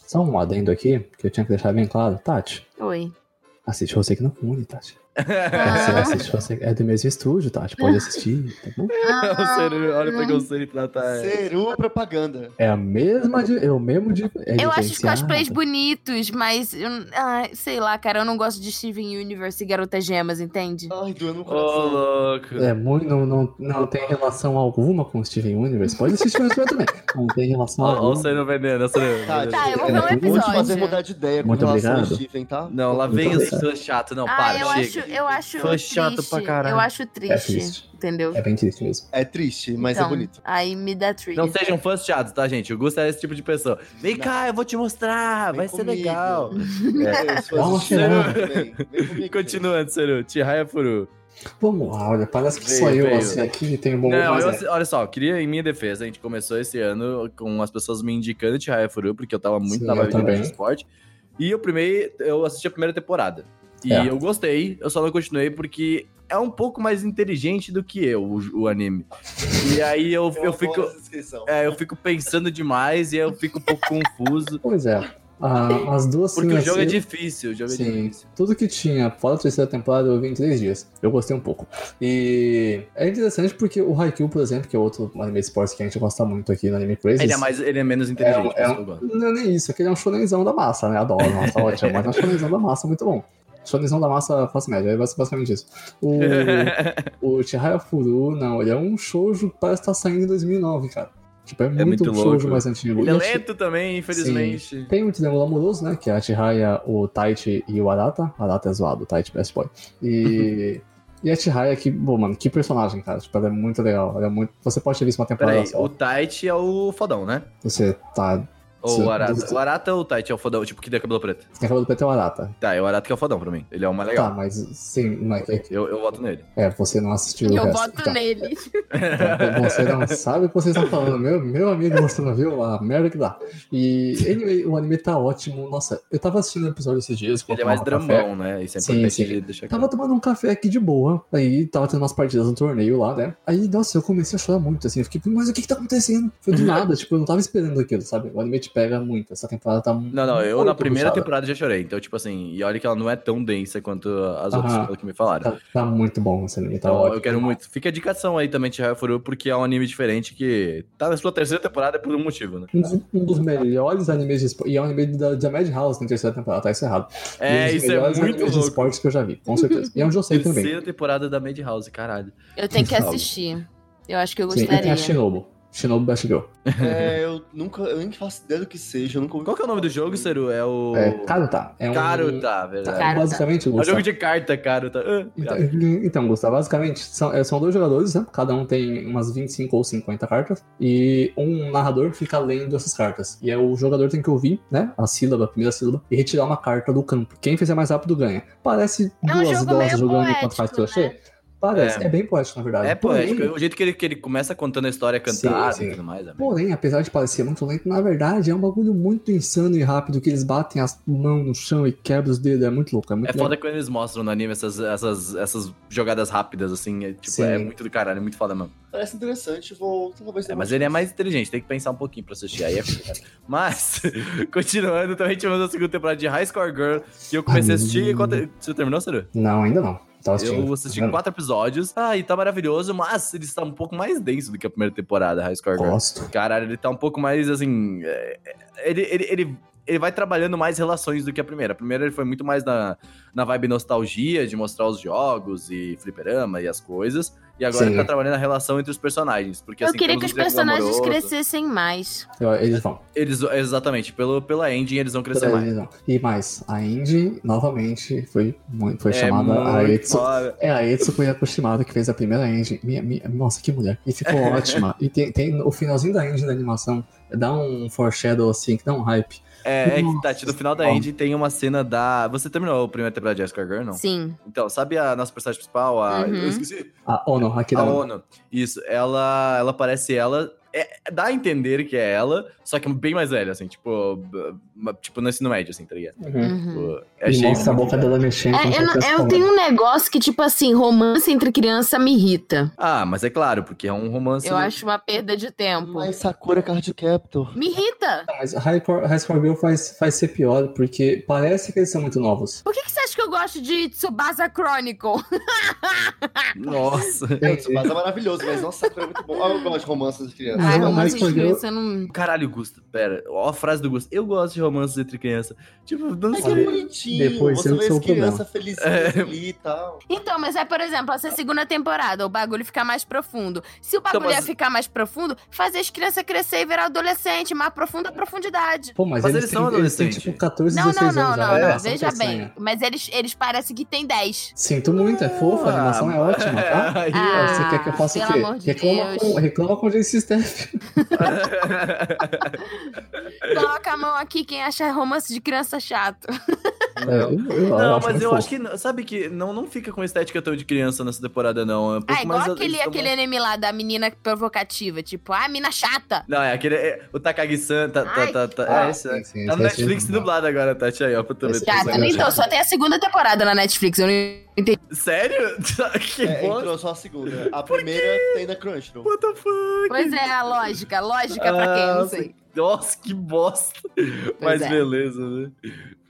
Speaker 4: Só um adendo aqui, que eu tinha que deixar bem claro. Tati,
Speaker 5: Oi.
Speaker 4: assiste você que não pune, Tati. Você
Speaker 5: Ah,
Speaker 4: assiste você. É do mesmo estúdio, Tati. Pode assistir, tá bom?
Speaker 2: O
Speaker 5: ah.
Speaker 2: ser- Olha o preconceito, tá, é. Natália.
Speaker 6: Serua É. propaganda.
Speaker 4: É a mesma. di- É o mesmo. Di... é
Speaker 5: Eu acho os
Speaker 4: diferenciado.
Speaker 5: cosplays bonitos, mas. eu- ah, sei lá, cara, eu não gosto de Steven Universe e Garota Gemas, entende?
Speaker 6: Ai, doendo no
Speaker 2: Ô,
Speaker 6: coração.
Speaker 2: louco.
Speaker 4: É muito. Não, não, não tem relação alguma com o Steven Universe. Pode assistir mais também. Não tem relação
Speaker 2: Olha o
Speaker 4: alguma.
Speaker 2: Sereno Veneno, o Sereno
Speaker 6: Tati,
Speaker 2: Veneno.
Speaker 5: Tá, eu vou ver um
Speaker 6: vou te tipo, é fazer
Speaker 5: episódio.
Speaker 6: mudar de ideia com
Speaker 4: Muito
Speaker 6: relação
Speaker 4: obrigado.
Speaker 6: ao Steven, tá?
Speaker 2: Não, lá vem
Speaker 4: Muito
Speaker 2: os fãs chato. Não,
Speaker 5: ah,
Speaker 2: para,
Speaker 5: eu
Speaker 2: chega.
Speaker 5: acho, eu acho
Speaker 2: Foi
Speaker 5: triste.
Speaker 2: chato pra caralho.
Speaker 5: Eu acho triste,
Speaker 4: É triste.
Speaker 5: entendeu?
Speaker 4: É bem triste mesmo.
Speaker 6: É triste, mas
Speaker 5: Então,
Speaker 6: é bonito.
Speaker 5: Aí me dá triste.
Speaker 2: Não sejam fãs chatos, tá, gente? O Gusto é esse tipo de pessoa. Vem
Speaker 6: Não.
Speaker 2: cá, eu vou te mostrar,
Speaker 6: Vem
Speaker 2: vai ser
Speaker 6: comigo.
Speaker 2: legal.
Speaker 6: É, se for
Speaker 4: Dá uma
Speaker 6: assistir,
Speaker 4: cheirada.
Speaker 6: vem, vem comigo.
Speaker 2: Continuando, Seru, Tihaya Furu.
Speaker 4: Vamos lá, olha. Parece que
Speaker 2: Veio,
Speaker 4: só eu
Speaker 2: veio.
Speaker 4: assim aqui e tenho bom.
Speaker 2: Não,
Speaker 4: mas
Speaker 2: eu
Speaker 4: é.
Speaker 2: assi- olha só, eu queria, em minha defesa, a gente começou esse ano com as pessoas me indicando Tihaya Furu, porque eu tava muito
Speaker 4: Sim,
Speaker 2: na
Speaker 4: eu
Speaker 2: vibe de
Speaker 4: também.
Speaker 2: Ninja esporte. E eu primeiro, eu assisti a primeira temporada. E
Speaker 4: É.
Speaker 2: eu gostei, eu só não continuei porque é um pouco mais inteligente do que eu, o, o anime. E aí eu, eu,
Speaker 6: adoro
Speaker 2: fico.
Speaker 6: essa descrição.
Speaker 2: É, eu fico pensando demais e aí eu fico um pouco confuso.
Speaker 4: Pois é. Ah, as duas
Speaker 2: Porque o
Speaker 4: cenas-
Speaker 2: jogo é difícil, o jogo é
Speaker 4: Sim,
Speaker 2: difícil.
Speaker 4: tudo que tinha fora da terceira temporada eu vi em três dias. Eu gostei um pouco. E é interessante porque o Haikyuu, por exemplo, que é outro anime de esportes que a gente gosta muito aqui no Anime Crazy.
Speaker 2: Ele é, mais, ele é menos inteligente,
Speaker 4: É um- é um-
Speaker 2: mas eu gosto.
Speaker 4: Não é nem isso, é que ele é um shonenzão da massa, né? Adoro, nossa, ótimo. Mas é um shonenzão da massa, muito bom. Shonenzão da massa, classe média, é basicamente isso. O, o Chihaya Furu, não, ele é um shoujo, parece que tá saindo em 2009, cara. Tipo, é muito,
Speaker 2: muito
Speaker 4: um
Speaker 2: louco.
Speaker 4: shoujo mais antigo.
Speaker 2: Ele é
Speaker 4: E assim, eu achei-
Speaker 2: lento também, infelizmente.
Speaker 4: tem um triângulo amoroso, né? Que é a Chihaya, o Taichi e o Arata. Arata é zoado, o Taichi best boy. E, e a Chihaya, que, bom, mano, que personagem, cara. Tipo, ela é muito legal. Ela é muito... Você pode ter visto uma temporada
Speaker 2: Peraí,
Speaker 4: só.
Speaker 2: o Taichi é o fodão, né?
Speaker 4: Você tá
Speaker 2: Ou o Arata. O Arata ou o Taichi é o fodão, tipo, que tem cabelo preto.
Speaker 4: Você tem cabelo preto é o Arata.
Speaker 2: Tá, é o Arata que é o fodão pra mim. Ele é o mais legal.
Speaker 4: Tá, mas sim, mas é, que-
Speaker 2: Eu, eu voto nele.
Speaker 4: é, você não assistiu o
Speaker 5: Eu
Speaker 4: resto.
Speaker 5: voto
Speaker 4: Tá.
Speaker 5: nele.
Speaker 4: Então, Você não sabe o que vocês estão falando, meu, meu amigo, você não viu a merda que dá. E, anyway, o anime tá ótimo. Nossa, eu tava assistindo um episódio esses dias.
Speaker 2: Ele é
Speaker 4: eu
Speaker 2: mais
Speaker 4: tomava um café.
Speaker 2: dramão, né? Isso é
Speaker 4: Sim,
Speaker 2: importante
Speaker 4: sim.
Speaker 2: de deixar
Speaker 4: Tava
Speaker 2: claro.
Speaker 4: tomando um café aqui de boa, aí tava tendo umas partidas no torneio lá, né? Aí, nossa, eu comecei a chorar muito, assim, eu fiquei, mas o que que tá acontecendo? Foi do nada, tipo, eu não tava esperando aquilo, sabe? O anime te pega muito, essa temporada tá
Speaker 2: Não, não, eu na primeira
Speaker 4: puxada.
Speaker 2: temporada já chorei. Então, tipo assim, e olha que ela não é tão densa quanto as outras
Speaker 4: Aham.
Speaker 2: pelo que me falaram.
Speaker 4: Tá, tá muito bom esse anime, tá
Speaker 2: Então,
Speaker 4: ótimo.
Speaker 2: eu quero muito. Fica a indicação aí também, Tihai Furu, porque é um anime diferente que tá na sua terceira temporada por um motivo, né?
Speaker 4: Um dos, um dos melhores animes de esporte, e é um anime da, da Madhouse na terceira temporada, tá isso é errado. Um
Speaker 2: É,
Speaker 4: dos
Speaker 2: isso é
Speaker 4: melhores
Speaker 2: muito
Speaker 4: animes de
Speaker 2: louco.
Speaker 4: esportes que eu já vi, com certeza. E é onde eu sei também.
Speaker 2: Terceira temporada da Madhouse, caralho.
Speaker 5: Eu tenho que
Speaker 2: Salve.
Speaker 5: assistir. Eu acho que eu
Speaker 4: Sim, e tem
Speaker 5: gostaria.
Speaker 4: a Shinobu. Shinobu Best Girl.
Speaker 6: É, eu nunca, eu nem faço ideia do que seja, eu nunca ouvi
Speaker 2: Qual que é o nome do jogo, Seru? É o.
Speaker 4: É, Karuta. É um...
Speaker 2: Karuta, verdade.
Speaker 5: Karuta.
Speaker 4: Basicamente,
Speaker 2: É um
Speaker 4: Gustavo.
Speaker 2: jogo de carta, Karuta. Ah,
Speaker 4: Então,
Speaker 2: cara.
Speaker 4: então, Gustavo, basicamente, são, é, são dois jogadores, né? Cada um tem umas 25 ou 50 cartas, e um narrador fica lendo essas cartas. E aí o jogador tem que ouvir, né? A sílaba, a primeira sílaba, e retirar uma carta do campo. Quem fizer mais rápido ganha. Parece
Speaker 5: É um
Speaker 4: duas
Speaker 5: jogo meio
Speaker 4: idosas jogando enquanto
Speaker 5: poético,
Speaker 4: faz crochê?
Speaker 5: né?
Speaker 4: Parece.
Speaker 2: É.
Speaker 4: É. bem poético, na verdade.
Speaker 2: É
Speaker 4: Porém-
Speaker 2: poético. O jeito que ele, que ele começa contando a história cantada
Speaker 4: Sim, sim.
Speaker 2: e tudo mais. Amigo.
Speaker 4: Porém, apesar de parecer muito lento, na verdade é um bagulho muito insano e rápido que eles batem as mãos no chão e quebram os dedos. É muito louco, é muito
Speaker 2: É
Speaker 4: legal.
Speaker 2: foda quando eles mostram no anime essas, essas, essas jogadas rápidas, assim. É, tipo,
Speaker 4: Sim.
Speaker 2: é muito do caralho, é muito foda mesmo.
Speaker 6: Parece interessante, vou talvez.
Speaker 2: É,
Speaker 6: eu
Speaker 2: mas
Speaker 6: goste.
Speaker 2: ele é mais inteligente, tem que pensar um pouquinho pra assistir. Aí é complicado. Mas, continuando, também tivemos a segunda temporada de High Score Girl, que eu comecei a assistir.
Speaker 4: Hum.
Speaker 2: Quanto... Você terminou, Seru?
Speaker 4: Não, ainda não. Tava assistindo.
Speaker 2: Eu
Speaker 4: Tá
Speaker 2: assisti
Speaker 4: vendo?
Speaker 2: quatro episódios. Ah, e tá maravilhoso, mas ele está um pouco mais denso do que a primeira temporada, High Score Girl.
Speaker 4: Gosto.
Speaker 2: Caralho, ele tá um pouco mais assim. é, Ele, ele, ele, ele vai trabalhando mais relações do que a primeira. A primeira ele foi muito mais na, na vibe nostalgia, de mostrar os jogos e fliperama e as coisas. E agora
Speaker 4: Sim.
Speaker 2: ele tá trabalhando a relação entre os personagens. Porque
Speaker 5: Eu
Speaker 2: assim,
Speaker 5: queria que
Speaker 2: temos
Speaker 5: os
Speaker 2: um triângulo
Speaker 5: personagens
Speaker 2: amoroso.
Speaker 5: crescessem mais.
Speaker 4: Eu- eles vão.
Speaker 2: Eles, exatamente, pelo, pela engine eles vão crescer mais.
Speaker 4: Eles vão. E mais, a Indy, novamente, foi, mu- foi
Speaker 2: É
Speaker 4: chamada a
Speaker 2: muito
Speaker 4: Etsu.
Speaker 2: foda.
Speaker 4: É a Etsuko Yakushimada que fez a primeira engine. Minha- minha- nossa, que mulher. E ficou ótima. E tem, tem o finalzinho da engine da animação. Dá um foreshadow assim, que dá um hype.
Speaker 2: É, é que
Speaker 4: Nossa
Speaker 2: Tati, no final da
Speaker 4: Senhora.
Speaker 2: engine tem uma cena da. Você terminou a primeira temporada de Jessica Girl, não?
Speaker 5: Sim.
Speaker 2: Então, sabe a nossa personagem principal? A...
Speaker 5: Uhum.
Speaker 2: Eu esqueci.
Speaker 4: A Ono, Ah, oh, aqui
Speaker 2: a
Speaker 4: da Ono.
Speaker 2: ONU. Isso, ela, ela parece ela. é- dá a entender que é ela, só que bem mais velha, assim, tipo. b- b- Tipo, no ensino médio, assim, tá ligado?
Speaker 4: Uhum.
Speaker 5: Uhum.
Speaker 2: Tipo,
Speaker 4: E
Speaker 2: achei
Speaker 4: mostra a
Speaker 2: muito-
Speaker 4: boca dela mexendo. como
Speaker 5: É,
Speaker 4: se
Speaker 5: eu, não-
Speaker 4: fosse
Speaker 5: eu
Speaker 4: uma-
Speaker 5: tenho um negócio que, tipo assim, romance entre criança me irrita.
Speaker 2: Ah, mas é claro, porque é um romance.
Speaker 5: Eu acho uma perda de tempo.
Speaker 6: Mas Sakura Card Captor.
Speaker 5: Me irrita!
Speaker 4: Mas High Score High Score Girl faz, faz ser pior, porque parece que eles são muito novos.
Speaker 5: Por que, que você acha que eu gosto de Tsubasa Chronicle?
Speaker 2: Nossa.
Speaker 6: Mas é maravilhoso, mas nossa, Sakura é muito bom. Ah, eu gosto de romances de criança.
Speaker 4: Mas
Speaker 5: Ai,
Speaker 4: eu- mas
Speaker 5: romance de
Speaker 4: quando eu-
Speaker 5: criança não.
Speaker 2: Caralho, Gusto, pera. Ó a frase do Gusto. Eu gosto de romances entre criança. Tipo, não
Speaker 5: é
Speaker 6: Mas que
Speaker 2: sei.
Speaker 6: bonitinho,
Speaker 4: Depois
Speaker 6: você
Speaker 4: eu
Speaker 6: vê
Speaker 4: sou
Speaker 6: as
Speaker 4: o problema.
Speaker 6: crianças felizes
Speaker 2: É.
Speaker 6: ali e tal.
Speaker 5: Então, mas é, por exemplo, essa segunda temporada, o bagulho fica mais profundo. Se o bagulho
Speaker 2: Então, mas-
Speaker 5: ia ficar mais profundo, fazer as crianças crescer e virar adolescente, mais profunda profundidade.
Speaker 4: Pô, mas,
Speaker 2: Mas
Speaker 4: eles,
Speaker 2: eles
Speaker 4: têm,
Speaker 2: são
Speaker 4: eles têm
Speaker 2: adolescentes.
Speaker 4: tipo 14,
Speaker 5: Não, não,
Speaker 4: 16
Speaker 5: não,
Speaker 4: anos.
Speaker 5: não,
Speaker 4: já,
Speaker 5: não.
Speaker 4: né? São
Speaker 5: Veja
Speaker 4: peçonha.
Speaker 5: bem. Mas eles, eles parecem que tem 10.
Speaker 4: Sinto muito, é fofo, a animação é ótima, tá?
Speaker 2: Aí-
Speaker 5: Ah,
Speaker 4: Você quer que eu faça o
Speaker 5: pelo
Speaker 4: quê?
Speaker 5: amor de
Speaker 4: reclama,
Speaker 5: Deus.
Speaker 4: com, reclama com o Jace Steph.
Speaker 5: Coloca a mão aqui quem acha romance de criança chato.
Speaker 2: Não.
Speaker 4: Tá
Speaker 2: Não, mas eu acho
Speaker 4: que.
Speaker 2: que. não- Sabe que não, não fica com estética tão de criança nessa temporada, não. É um pouco
Speaker 5: Ah, igual
Speaker 2: mais-
Speaker 5: aquele,
Speaker 2: eles tão
Speaker 5: aquele
Speaker 2: mais-
Speaker 5: anime lá da menina provocativa, tipo, ah, mina chata.
Speaker 2: Não, é aquele. é, o Takagi-san. Tá, tá,
Speaker 5: Ai,
Speaker 2: tá, tá,
Speaker 4: Ah,
Speaker 2: é esse, né?
Speaker 4: sim, sim,
Speaker 2: tá
Speaker 4: esse
Speaker 2: no
Speaker 4: é
Speaker 2: Netflix
Speaker 4: esse mesmo.
Speaker 2: dublado agora, Tati. Aí, ó, pra tu ver.
Speaker 4: Esse
Speaker 2: Tá
Speaker 4: é
Speaker 5: Chata.
Speaker 4: esse
Speaker 2: saindo.
Speaker 4: mesmo.
Speaker 5: Então, só tem a segunda temporada na Netflix, eu não entendi.
Speaker 2: Sério? que
Speaker 6: É,
Speaker 2: bosta.
Speaker 6: entrou só a segunda. A primeira tem na Crunchyroll.
Speaker 2: What the fuck?
Speaker 5: Pois é, a lógica, lógica pra quem,
Speaker 2: Ah,
Speaker 5: não sei.
Speaker 2: Nossa, que bosta. mas
Speaker 5: é.
Speaker 2: beleza, né?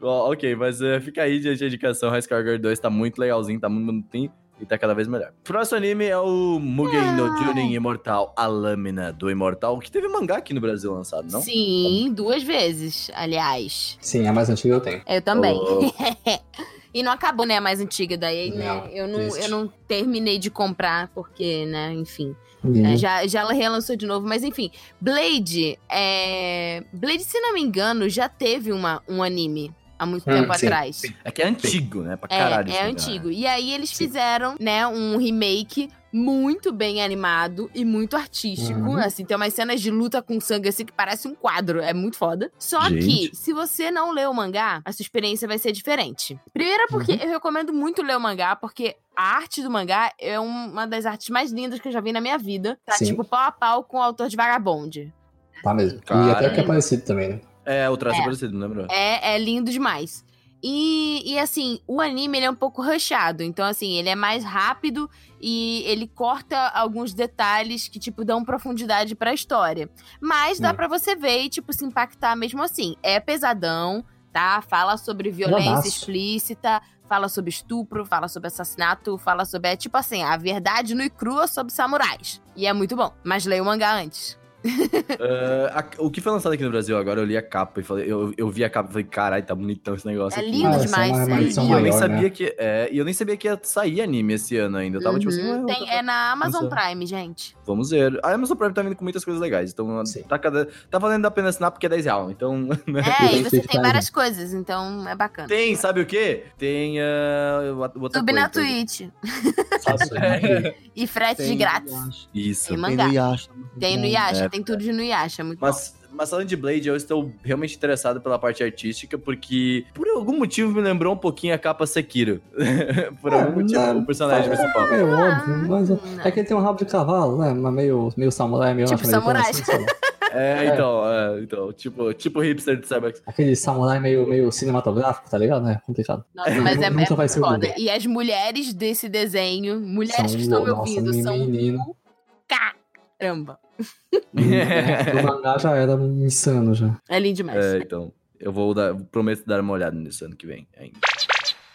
Speaker 2: Ó, ok, mas eh, fica aí de de indicação. High Score Girl 2 tá muito legalzinho, tá muito bonitinho. E tá cada vez melhor. Próximo anime é o Mugen no
Speaker 5: Ah.
Speaker 2: Junin Imortal, a Lâmina do Imortal, que teve mangá aqui no Brasil lançado, não?
Speaker 5: Sim, duas vezes, aliás.
Speaker 4: Sim, a mais antiga eu tenho.
Speaker 5: Eu também.
Speaker 2: Oh.
Speaker 5: e não acabou, né, a mais antiga daí, né?
Speaker 4: Não,
Speaker 5: eu, não,
Speaker 4: triste.
Speaker 5: eu não terminei de comprar, porque, né, enfim.
Speaker 4: E
Speaker 5: É, já, já ela relançou de novo, mas enfim. Blade, é... Blade, se não me engano, já teve uma, um anime há muito
Speaker 4: Hum,
Speaker 5: tempo
Speaker 4: sim,
Speaker 5: atrás.
Speaker 4: sim.
Speaker 2: É que é antigo, né? Pra
Speaker 5: É,
Speaker 2: caralho.
Speaker 5: é
Speaker 2: esse mangá, né?
Speaker 5: antigo. E aí eles fizeram, né, um remake muito bem animado e muito artístico.
Speaker 4: Uhum.
Speaker 5: Assim, tem umas cenas de luta com sangue assim que parece um quadro. É muito foda. Só
Speaker 2: Gente.
Speaker 5: que, se você não lê o mangá, a sua experiência vai ser diferente. Primeiro, é porque
Speaker 2: Uhum.
Speaker 5: eu recomendo muito ler o mangá, porque. A arte do mangá é uma das artes mais lindas que eu já vi na minha vida. Tá,
Speaker 4: Sim.
Speaker 5: tipo, pau a pau com o autor de Vagabond.
Speaker 4: Tá mesmo. E
Speaker 2: Cara.
Speaker 4: até o que é parecido também, né?
Speaker 2: É, o traço
Speaker 5: É.
Speaker 2: é parecido, não lembro.
Speaker 5: É, é lindo demais. E, e, assim, o anime ele é um pouco rushado. Então, assim, ele é mais rápido e ele corta alguns detalhes que, tipo, dão profundidade pra história. Mas dá
Speaker 4: Hum.
Speaker 5: pra você ver e, tipo, se impactar mesmo assim. É pesadão, tá? Fala sobre violência
Speaker 4: Pesadaço.
Speaker 5: explícita, fala sobre estupro, fala sobre assassinato, fala sobre. É tipo assim, a verdade nua e crua sobre samurais. E é muito bom. Mas leia o mangá antes.
Speaker 2: Ah, a- o que foi lançado aqui no Brasil agora, eu li a capa e falei, eu, eu vi a capa e falei, caralho, tá bonitão esse negócio.
Speaker 5: É
Speaker 2: aqui."
Speaker 5: lindo
Speaker 4: Ah,
Speaker 5: demais.
Speaker 4: são
Speaker 5: é
Speaker 4: uma edição
Speaker 2: E
Speaker 5: lindo.
Speaker 2: eu nem
Speaker 4: maior, né?
Speaker 2: sabia que. É, e eu nem sabia que ia sair anime esse ano ainda. Eu tava tipo assim,
Speaker 5: Uhum.
Speaker 2: "Ué,
Speaker 5: Tem- é na Amazon
Speaker 2: Nossa.
Speaker 5: Prime, gente.
Speaker 2: vamos ver. A Amazon Prime tá vindo com muitas coisas legais. Então
Speaker 4: Sim.
Speaker 2: tá, cada, tá valendo a pena assinar porque é 10 real. Então. né?
Speaker 5: É, e
Speaker 4: Tem
Speaker 5: você
Speaker 4: que
Speaker 5: tem
Speaker 4: tá
Speaker 5: várias coisas, então é bacana.
Speaker 2: Tem, sabe o quê? Tem. ah, o- outra
Speaker 5: Sub na
Speaker 2: coisa.
Speaker 5: Twitch.
Speaker 4: Sabe?
Speaker 5: E frete de grátis.
Speaker 2: Isso.
Speaker 5: Tem
Speaker 6: Tem
Speaker 5: mangá.
Speaker 6: no Yasha.
Speaker 5: Tem no Yasha,
Speaker 2: É.
Speaker 5: tem tudo de no Yasha. é Muito bom.
Speaker 2: Mas, mas falando de Blade, eu estou realmente interessado pela parte artística, porque por algum motivo me lembrou um pouquinho a capa Sekiro. por
Speaker 4: É,
Speaker 2: algum motivo,
Speaker 4: não,
Speaker 2: o personagem
Speaker 4: tá-
Speaker 2: principal.
Speaker 4: É meio
Speaker 5: Ah.
Speaker 4: óbvio, mas
Speaker 5: não.
Speaker 4: é que ele tem um rabo de cavalo, né? Mas meio, meio samurai, meio
Speaker 5: Tipo
Speaker 4: norte-americano,
Speaker 5: samurai.
Speaker 4: assim, sabe?
Speaker 2: É, então, é, então tipo, tipo hipster de Starbucks.
Speaker 4: Aquele samurai meio, meio cinematográfico, tá ligado? É complicado.
Speaker 5: Nossa, mas é, é
Speaker 4: Nunca vai ser o
Speaker 5: foda.
Speaker 4: Google.
Speaker 5: E as mulheres desse desenho, mulheres que
Speaker 4: São-
Speaker 5: estão me
Speaker 4: nossa,
Speaker 5: ouvindo, são
Speaker 4: menino.
Speaker 5: caramba.
Speaker 4: Hum, O mangá já era um insano já.
Speaker 5: É lindo demais.
Speaker 2: É, então. Eu vou dar, prometo dar uma olhada nisso ano que vem ainda.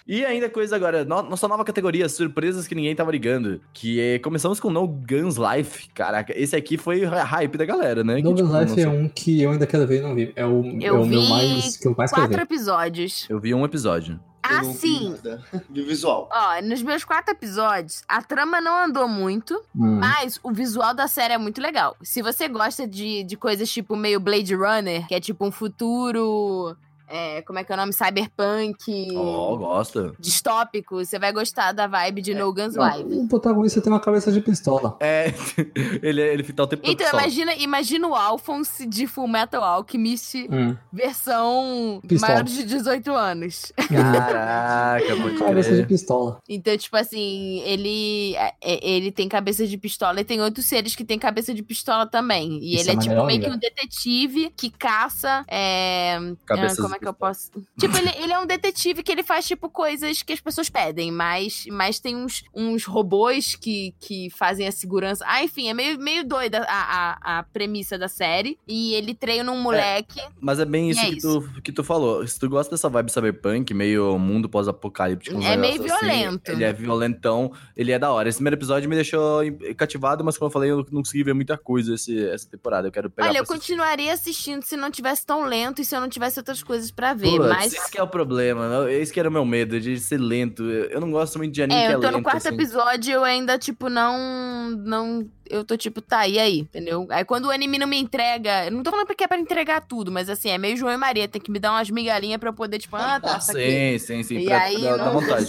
Speaker 2: E ainda coisa agora, no- nossa nova categoria, surpresas que ninguém tava ligando. Que é, começamos com No Guns Life. Caraca, esse aqui foi a hype da galera, né? Que,
Speaker 4: Double
Speaker 2: tipo,
Speaker 4: Life é
Speaker 2: lançou-
Speaker 4: um que eu ainda quero ver e não vi. É o, é
Speaker 5: Eu
Speaker 4: o meu
Speaker 5: vi
Speaker 4: mais que eu mais quero
Speaker 5: Quatro
Speaker 4: ver.
Speaker 5: episódios.
Speaker 2: Eu vi um episódio.
Speaker 5: Ah, sim. Ah,
Speaker 6: De visual.
Speaker 5: Ó, nos meus quatro episódios, a trama não andou muito.
Speaker 4: Hum.
Speaker 5: Mas o visual da série é muito legal. Se você gosta de, de coisas tipo meio Blade Runner, que é tipo um futuro. é, como é que é o nome? Cyberpunk.
Speaker 2: Ó, gosta.
Speaker 5: Distópico, você vai gostar da vibe de
Speaker 4: É.
Speaker 5: No Guns Live.
Speaker 4: O protagonista tem uma cabeça de pistola.
Speaker 2: É, ele, ele tá o tempo todo
Speaker 5: Então,
Speaker 2: só.
Speaker 5: imagina, imagina o Alphonse de Full Metal Alchemist,
Speaker 4: Hum.
Speaker 5: versão
Speaker 4: Pistola.
Speaker 5: maior de 18 anos.
Speaker 2: Caraca, pode
Speaker 4: Cabeça de
Speaker 2: crer.
Speaker 4: pistola.
Speaker 5: Então, tipo assim, ele é- é- ele tem cabeça de pistola e tem outros seres que tem cabeça de pistola também. E
Speaker 4: Isso
Speaker 5: ele
Speaker 4: é
Speaker 5: é, tipo
Speaker 4: maneiro
Speaker 5: meio que
Speaker 4: ainda.
Speaker 5: um detetive que caça. é,
Speaker 2: Cabeças
Speaker 5: Ah, como é que eu posso. Tipo, ele, ele é um detetive que ele faz, tipo, coisas que as pessoas pedem, mas, mas tem uns, uns robôs que, que fazem a segurança. Ah, enfim, é meio, meio doida a, a, a premissa da série. E ele treina
Speaker 2: É,
Speaker 5: um moleque.
Speaker 2: Mas é bem
Speaker 5: E
Speaker 2: isso,
Speaker 5: é
Speaker 2: que, Tu, que tu falou. Se tu gosta dessa vibe cyberpunk, meio mundo pós-apocalíptico. uns
Speaker 5: É meio
Speaker 2: negócios assim,
Speaker 5: violento.
Speaker 2: ele é violentão, ele é da hora. Esse primeiro episódio me deixou em- cativado, mas como eu falei, eu não consegui ver muita coisa esse- essa temporada. Eu quero pegar
Speaker 5: Olha,
Speaker 2: pra
Speaker 5: eu
Speaker 2: assistir.
Speaker 5: continuaria assistindo se não tivesse tão lento e se eu não tivesse outras coisas pra ver.
Speaker 2: Putz,
Speaker 5: mas.
Speaker 2: Esse que é o problema, né? esse que era o meu medo, de ser lento. Eu eu não gosto muito de anime que
Speaker 5: É,
Speaker 2: é
Speaker 5: eu tô
Speaker 2: lento.
Speaker 5: no quarto
Speaker 2: assim.
Speaker 5: episódio e eu ainda, tipo, não. não Eu tô tipo, tá, e aí? Entendeu? Aí quando o anime não me entrega. Eu não tô falando porque é pra entregar tudo, mas assim, é meio João e Maria, tem que me dar umas migalhinhas pra eu poder, tipo, ah, tá, isso
Speaker 2: Sim,
Speaker 5: aqui.
Speaker 2: sim, sim.
Speaker 5: E
Speaker 2: pra
Speaker 5: aí,
Speaker 2: dar, dar
Speaker 5: não-
Speaker 2: vontade.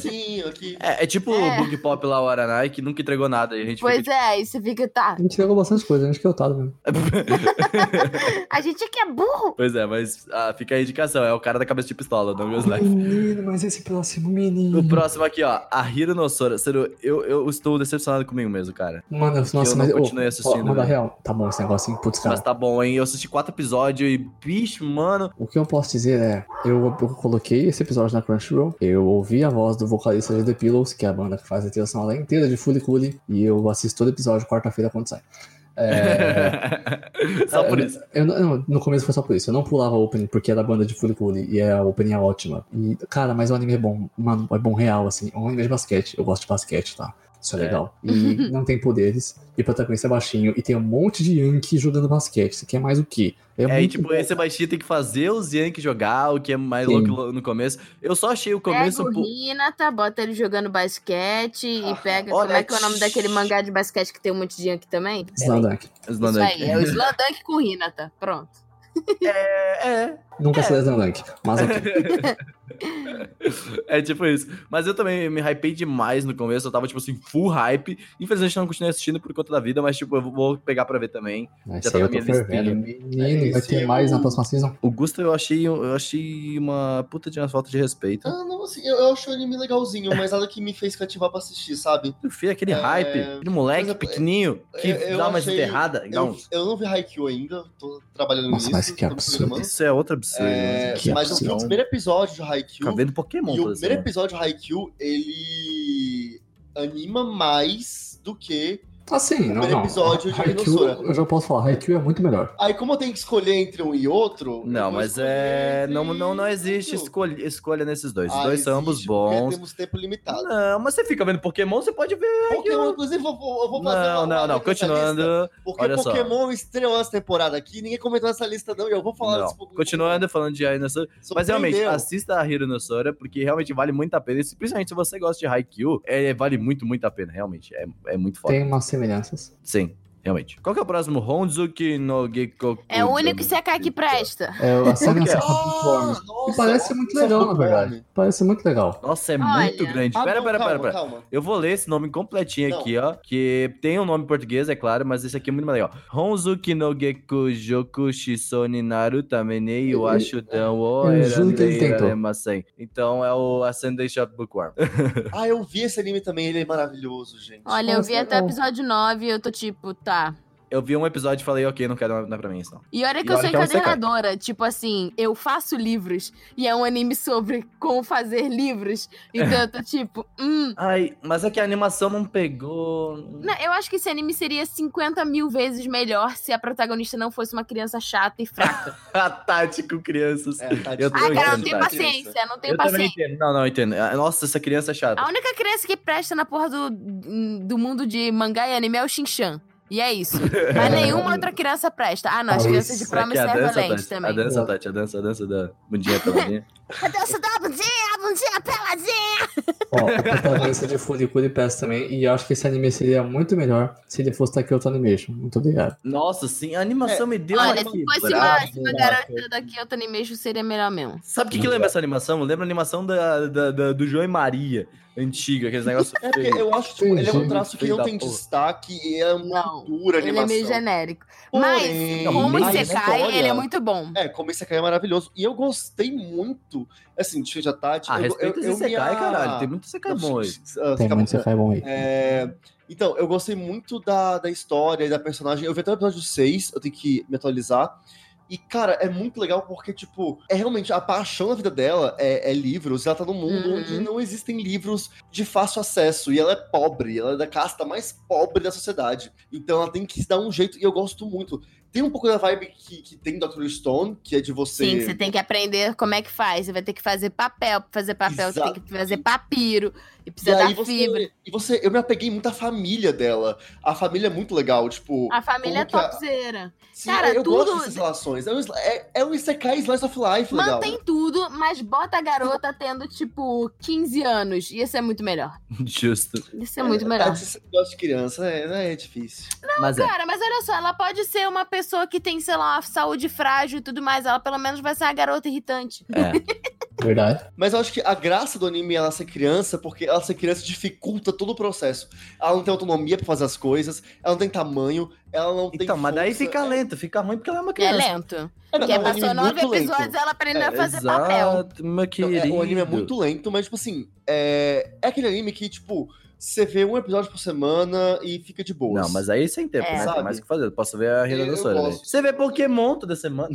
Speaker 6: aqui.
Speaker 2: É, é tipo
Speaker 5: É.
Speaker 2: o Bug Pop lá, o Aranai, que nunca entregou nada. E a gente
Speaker 5: Pois
Speaker 2: fica,
Speaker 5: é, aí você fica, tá.
Speaker 4: A gente pegou bastante coisa, a gente que é otário mesmo.
Speaker 5: A gente é que é burro.
Speaker 2: tipo- Pois é, mas ah, fica a indicação. É o cara da cabeça de pistola, não Guns Life.
Speaker 4: Menino, mas esse próximo menino.
Speaker 2: O próximo aqui, ó. A Hiro Nossora. Sério, eu, eu estou decepcionado comigo mesmo, cara.
Speaker 4: Mano, nossa,
Speaker 2: não
Speaker 4: mas.
Speaker 2: continuei
Speaker 4: ô,
Speaker 2: assistindo,
Speaker 4: ó, manda
Speaker 2: né?
Speaker 4: real. Tá bom esse negócio, hein? Putz, cara.
Speaker 2: Mas tá bom, hein? Eu assisti quatro episódios e, bicho, mano.
Speaker 4: O que eu posso dizer é, eu, eu coloquei esse episódio na Crunchyroll, eu ouvi a voz do vocalista de The Pillows, que é a banda que faz a trilha sonora inteira de Fully Coolie, e eu assisto todo episódio quarta-feira quando sai. É,
Speaker 2: Só por
Speaker 4: eu-
Speaker 2: isso.
Speaker 4: Eu, não- não, no começo foi só por isso. Eu não pulava opening porque era a banda de Fully Coolie e a opening é ótima. E, cara, mas o anime é bom. Mano, é bom real, assim. É um anime de basquete. Eu gosto de basquete, tá? Isso é
Speaker 2: É.
Speaker 4: legal. E não tem poderes. E o protagonista é baixinho. E tem um monte de Yankee jogando basquete. Isso aqui é mais o quê?
Speaker 2: É, e,
Speaker 4: muito
Speaker 2: tipo,
Speaker 4: bom.
Speaker 2: esse baixinho tem que fazer os Yankees jogar, o que é mais
Speaker 4: Sim.
Speaker 2: louco lo- no começo. Eu só achei o começo.
Speaker 5: pega
Speaker 2: um
Speaker 5: o
Speaker 2: pouco.
Speaker 5: Hinata, bota ele jogando basquete e
Speaker 6: Ah,
Speaker 5: pega.
Speaker 2: olha,
Speaker 5: como é que é o nome daquele mangá de basquete que tem um monte de Yankee também?
Speaker 4: Slandank.
Speaker 2: É
Speaker 5: tá, Isso aí, é o Slandunk com Hinata. Pronto.
Speaker 2: É, tá é,
Speaker 4: Nunca serei Zandank, mas ok.
Speaker 2: É tipo isso. Mas eu também me hypei demais no começo. Eu tava, tipo assim, full hype. Infelizmente não continuei assistindo por conta da vida, mas, tipo, eu vou pegar pra ver também.
Speaker 4: Mas
Speaker 2: Já
Speaker 4: isso aí
Speaker 2: tá
Speaker 4: eu
Speaker 2: na
Speaker 4: tô
Speaker 2: minha listinha.
Speaker 4: fervendo. Menino, vai
Speaker 6: Esse
Speaker 4: ter
Speaker 6: é
Speaker 4: mais
Speaker 6: o-
Speaker 4: na próxima season?
Speaker 2: O Gusta eu achei, eu achei uma puta de uma falta de respeito.
Speaker 6: Ah, não, assim, eu, eu acho o anime legalzinho, mas nada que me fez cativar pra assistir, sabe?
Speaker 2: Eu fiz aquele
Speaker 6: É,
Speaker 2: hype, aquele moleque
Speaker 6: mas eu-
Speaker 2: pequenininho que
Speaker 6: eu- eu
Speaker 2: dá umas
Speaker 6: achei-
Speaker 2: enterradas. dá
Speaker 6: Eu,
Speaker 2: um-
Speaker 6: eu não vi Haikyuu ainda, tô trabalhando
Speaker 4: Nossa,
Speaker 6: nisso.
Speaker 4: mas que
Speaker 6: tô me
Speaker 4: absurdo.
Speaker 6: programando.
Speaker 2: Isso é outro absurdo.
Speaker 6: É,
Speaker 4: Que
Speaker 6: mas eu vi o
Speaker 4: absurdo.
Speaker 6: primeiro episódio de Haikyuu.
Speaker 2: Fica vendo Pokémon
Speaker 6: E o
Speaker 2: toda
Speaker 6: primeiro
Speaker 2: semana.
Speaker 6: episódio de Haikyuu, ele anima mais do que.
Speaker 4: Assim, não,
Speaker 6: Primeiro
Speaker 4: não.
Speaker 6: episódio de
Speaker 4: Haikyuu,
Speaker 6: Inosora.
Speaker 4: eu já posso falar, Haikyuu é muito melhor.
Speaker 6: Aí, como eu tenho que escolher entre um e outro. eu
Speaker 2: Não,
Speaker 6: vou
Speaker 2: mas
Speaker 6: escolher
Speaker 2: é.
Speaker 6: entre
Speaker 2: Não, não, não existe
Speaker 6: Haikyuu.
Speaker 2: escolha, escolha nesses dois. Os
Speaker 6: Ah,
Speaker 2: dois são ambos
Speaker 6: existe, porque
Speaker 2: bons.
Speaker 6: Temos tempo limitado.
Speaker 2: Não, mas você fica vendo Pokémon, você pode ver.
Speaker 6: Pokémon, inclusive, eu vou, eu vou fazer.
Speaker 2: Não,
Speaker 6: uma-
Speaker 2: não,
Speaker 6: uma
Speaker 2: não.
Speaker 6: lista dessa lista,
Speaker 2: Continuando.
Speaker 6: Porque
Speaker 2: olha só.
Speaker 6: Pokémon estreou essa temporada aqui, ninguém comentou essa lista, não, e eu vou falar
Speaker 2: Não.
Speaker 6: disso. porque-
Speaker 2: Continuando falando de Ainosora. Mas realmente, assim,
Speaker 6: Surpreendeu.
Speaker 2: assista a Hiro no Sora, porque realmente vale muito a pena. E, se- principalmente se você gosta de Haikyuu, é, vale muito, muito a pena. Realmente, é, é muito foda.
Speaker 4: Tem umas semelhanças.
Speaker 2: Sim, realmente. Qual que é o próximo? Honzuki no Gekko.
Speaker 5: É o único Sekai que presta.
Speaker 4: É, a semelhança com
Speaker 6: Ah,
Speaker 4: Forms.
Speaker 6: nossa, é
Speaker 4: E parece
Speaker 6: ó,
Speaker 4: muito
Speaker 6: só
Speaker 4: legal, na
Speaker 6: ficou
Speaker 4: verdade.
Speaker 6: homem.
Speaker 4: Parece muito legal.
Speaker 2: Nossa, é
Speaker 5: Olha.
Speaker 2: muito grande.
Speaker 6: Ah,
Speaker 2: pera,
Speaker 6: não,
Speaker 2: pera, pera,
Speaker 6: calma,
Speaker 2: pera.
Speaker 6: calma.
Speaker 2: Eu vou ler esse nome completinho
Speaker 6: Não.
Speaker 2: aqui, ó. Que tem um nome em português, é claro, mas esse aqui é muito mais legal. Honzuki no Geku Joku Shisoni Naruta Menei
Speaker 6: É,
Speaker 4: Eu-
Speaker 2: Washudan O
Speaker 4: eu juro que ele
Speaker 2: Eranei
Speaker 4: tentou.
Speaker 2: Aremasen. Então é o Ascendation of Bookworm.
Speaker 6: Ah, eu vi esse anime também, ele é maravilhoso, gente.
Speaker 5: Olha, eu vi
Speaker 4: Nossa,
Speaker 5: até o
Speaker 4: não.
Speaker 5: episódio 9 e eu tô tipo, tá.
Speaker 2: Eu vi um episódio e falei, ok, não quero, não é pra mim isso não.
Speaker 5: E olha que
Speaker 2: E
Speaker 5: eu
Speaker 2: olha
Speaker 5: sou
Speaker 2: que é um Sekai.
Speaker 5: encadernadora. Tipo assim, eu faço livros e é um anime sobre como fazer livros. Então eu tô tipo, hum.
Speaker 2: Ai, mas é que a animação não pegou...
Speaker 5: Não, eu acho que esse anime seria 50 mil vezes melhor se a protagonista não fosse uma criança chata e fraca.
Speaker 2: a Tati com crianças.
Speaker 6: É, tá
Speaker 2: Eu tô
Speaker 5: Ah, cara, eu não
Speaker 2: entendo,
Speaker 5: tenho
Speaker 2: Tati.
Speaker 5: paciência, não tenho
Speaker 2: Eu também
Speaker 5: paciência.
Speaker 2: entendo. Não, não, eu entendo. Ah, Nossa, essa criança é chata.
Speaker 5: A única criança que presta na porra do, do mundo de mangá e anime é o Shinchan. E é isso. Mas nenhuma outra criança presta. Ah, não, as
Speaker 4: Ah,
Speaker 5: crianças de
Speaker 4: isso.
Speaker 2: Será que
Speaker 5: Promise
Speaker 2: é
Speaker 5: Neverland
Speaker 2: Tati? A
Speaker 5: também.
Speaker 2: dança, Tati, a dança, a dança da bundinha peladinha.
Speaker 5: A dança da bundinha, a bundinha peladinha.
Speaker 4: Ó, o protagonista de Furikuri peça também, e eu acho que esse anime seria muito melhor se ele fosse daqui outro animation. Muito obrigado.
Speaker 2: Nossa, sim, a
Speaker 6: É,
Speaker 2: animação me deu
Speaker 5: Olha,
Speaker 2: uma
Speaker 5: se fosse
Speaker 2: quebrada.
Speaker 5: uma, se uma
Speaker 2: é
Speaker 5: garota daqui, outra animation, seria melhor mesmo.
Speaker 2: Sabe o que, que lembra essa animação? Lembra a animação da, da- da- do João e Maria, antiga, aqueles negócios
Speaker 6: É porque
Speaker 2: feios.
Speaker 6: eu acho que ele é um
Speaker 4: Entendi.
Speaker 6: traço que
Speaker 2: Filho
Speaker 6: não
Speaker 2: da
Speaker 6: tem
Speaker 2: porra.
Speaker 6: destaque e é uma
Speaker 5: Não.
Speaker 6: dura
Speaker 5: Ele é
Speaker 6: animação.
Speaker 5: meio genérico.
Speaker 6: Porém,
Speaker 5: Mas, como
Speaker 2: mas a
Speaker 5: Isekai,
Speaker 2: história-
Speaker 5: ele é muito bom.
Speaker 6: É, como esse aqui é maravilhoso. E eu gostei muito, assim, deixa eu já tá...
Speaker 2: Ah, respeita esse Sekai, caralho. Tem muito Sekai bom aí.
Speaker 6: ah,
Speaker 4: Tem muito
Speaker 6: muito
Speaker 4: Sekai bom aí.
Speaker 6: é, então, eu gostei muito da, da história e da personagem. Eu vi até o episódio 6, eu tenho que me atualizar. E, cara, é muito legal porque, tipo, é realmente a paixão da vida dela é, é livros. Ela tá num mundo
Speaker 5: Uhum.
Speaker 6: onde não existem livros de fácil acesso. E ela é pobre, ela é da casta mais pobre da sociedade. Então ela tem que se dar um jeito, e eu gosto muito. Tem um pouco da vibe que, que tem Dr. Stone, que é de você.
Speaker 5: Sim, você tem que aprender como é que faz. Você vai ter que fazer papel. Pra fazer papel, você tem que fazer papiro. E
Speaker 6: E
Speaker 5: precisa
Speaker 6: aí
Speaker 5: dar
Speaker 6: você,
Speaker 5: fibra.
Speaker 6: e você. Eu me apeguei muito à família dela. A família é muito legal, tipo.
Speaker 5: A família é
Speaker 6: como que a-
Speaker 5: topzera.
Speaker 6: Sim,
Speaker 5: Cara,
Speaker 6: eu
Speaker 5: tudo-
Speaker 6: gosto dessas relações. É um, é, é um Isekai Slice of Life legal.
Speaker 5: Mantém tudo, mas bota a garota tendo, tipo, 15 anos. Ia ser muito melhor.
Speaker 2: Justo.
Speaker 5: Ia ser muito
Speaker 6: É,
Speaker 5: melhor.
Speaker 6: você gosta de criança, é, né, é difícil.
Speaker 2: Mas é.
Speaker 5: Cara, mas olha só, ela pode ser uma pessoa que tem, sei lá, uma saúde frágil e tudo mais. Ela pelo menos vai ser uma garota irritante.
Speaker 2: é.
Speaker 4: Verdade.
Speaker 6: Mas eu acho que a graça do anime é ela ser criança, porque ela ser criança dificulta todo o processo. Ela não tem autonomia pra fazer as coisas, ela não tem tamanho, ela não tem.
Speaker 2: Então, mas daí
Speaker 6: força.
Speaker 2: fica lento, fica ruim porque ela é uma
Speaker 5: É
Speaker 2: criança.
Speaker 5: lento.
Speaker 6: É, não,
Speaker 5: Porque
Speaker 6: é um
Speaker 5: passou
Speaker 6: anime
Speaker 5: nove
Speaker 6: muito lento. É,
Speaker 5: episódios ela aprendeu a fazer papel.
Speaker 2: Exato, meu
Speaker 6: Então,
Speaker 2: querido.
Speaker 6: é, o anime é muito lento, mas, tipo assim, é, é aquele anime que, tipo, você vê um episódio por semana e fica de boa.
Speaker 2: Não, mas aí sem tempo,
Speaker 5: É.
Speaker 2: né?
Speaker 6: Sabe?
Speaker 2: Tem mais o que fazer. Eu Posso ver a Rina
Speaker 6: Eu
Speaker 2: da Sora. né?
Speaker 6: gosto.
Speaker 2: Você vê Pokémon toda semana.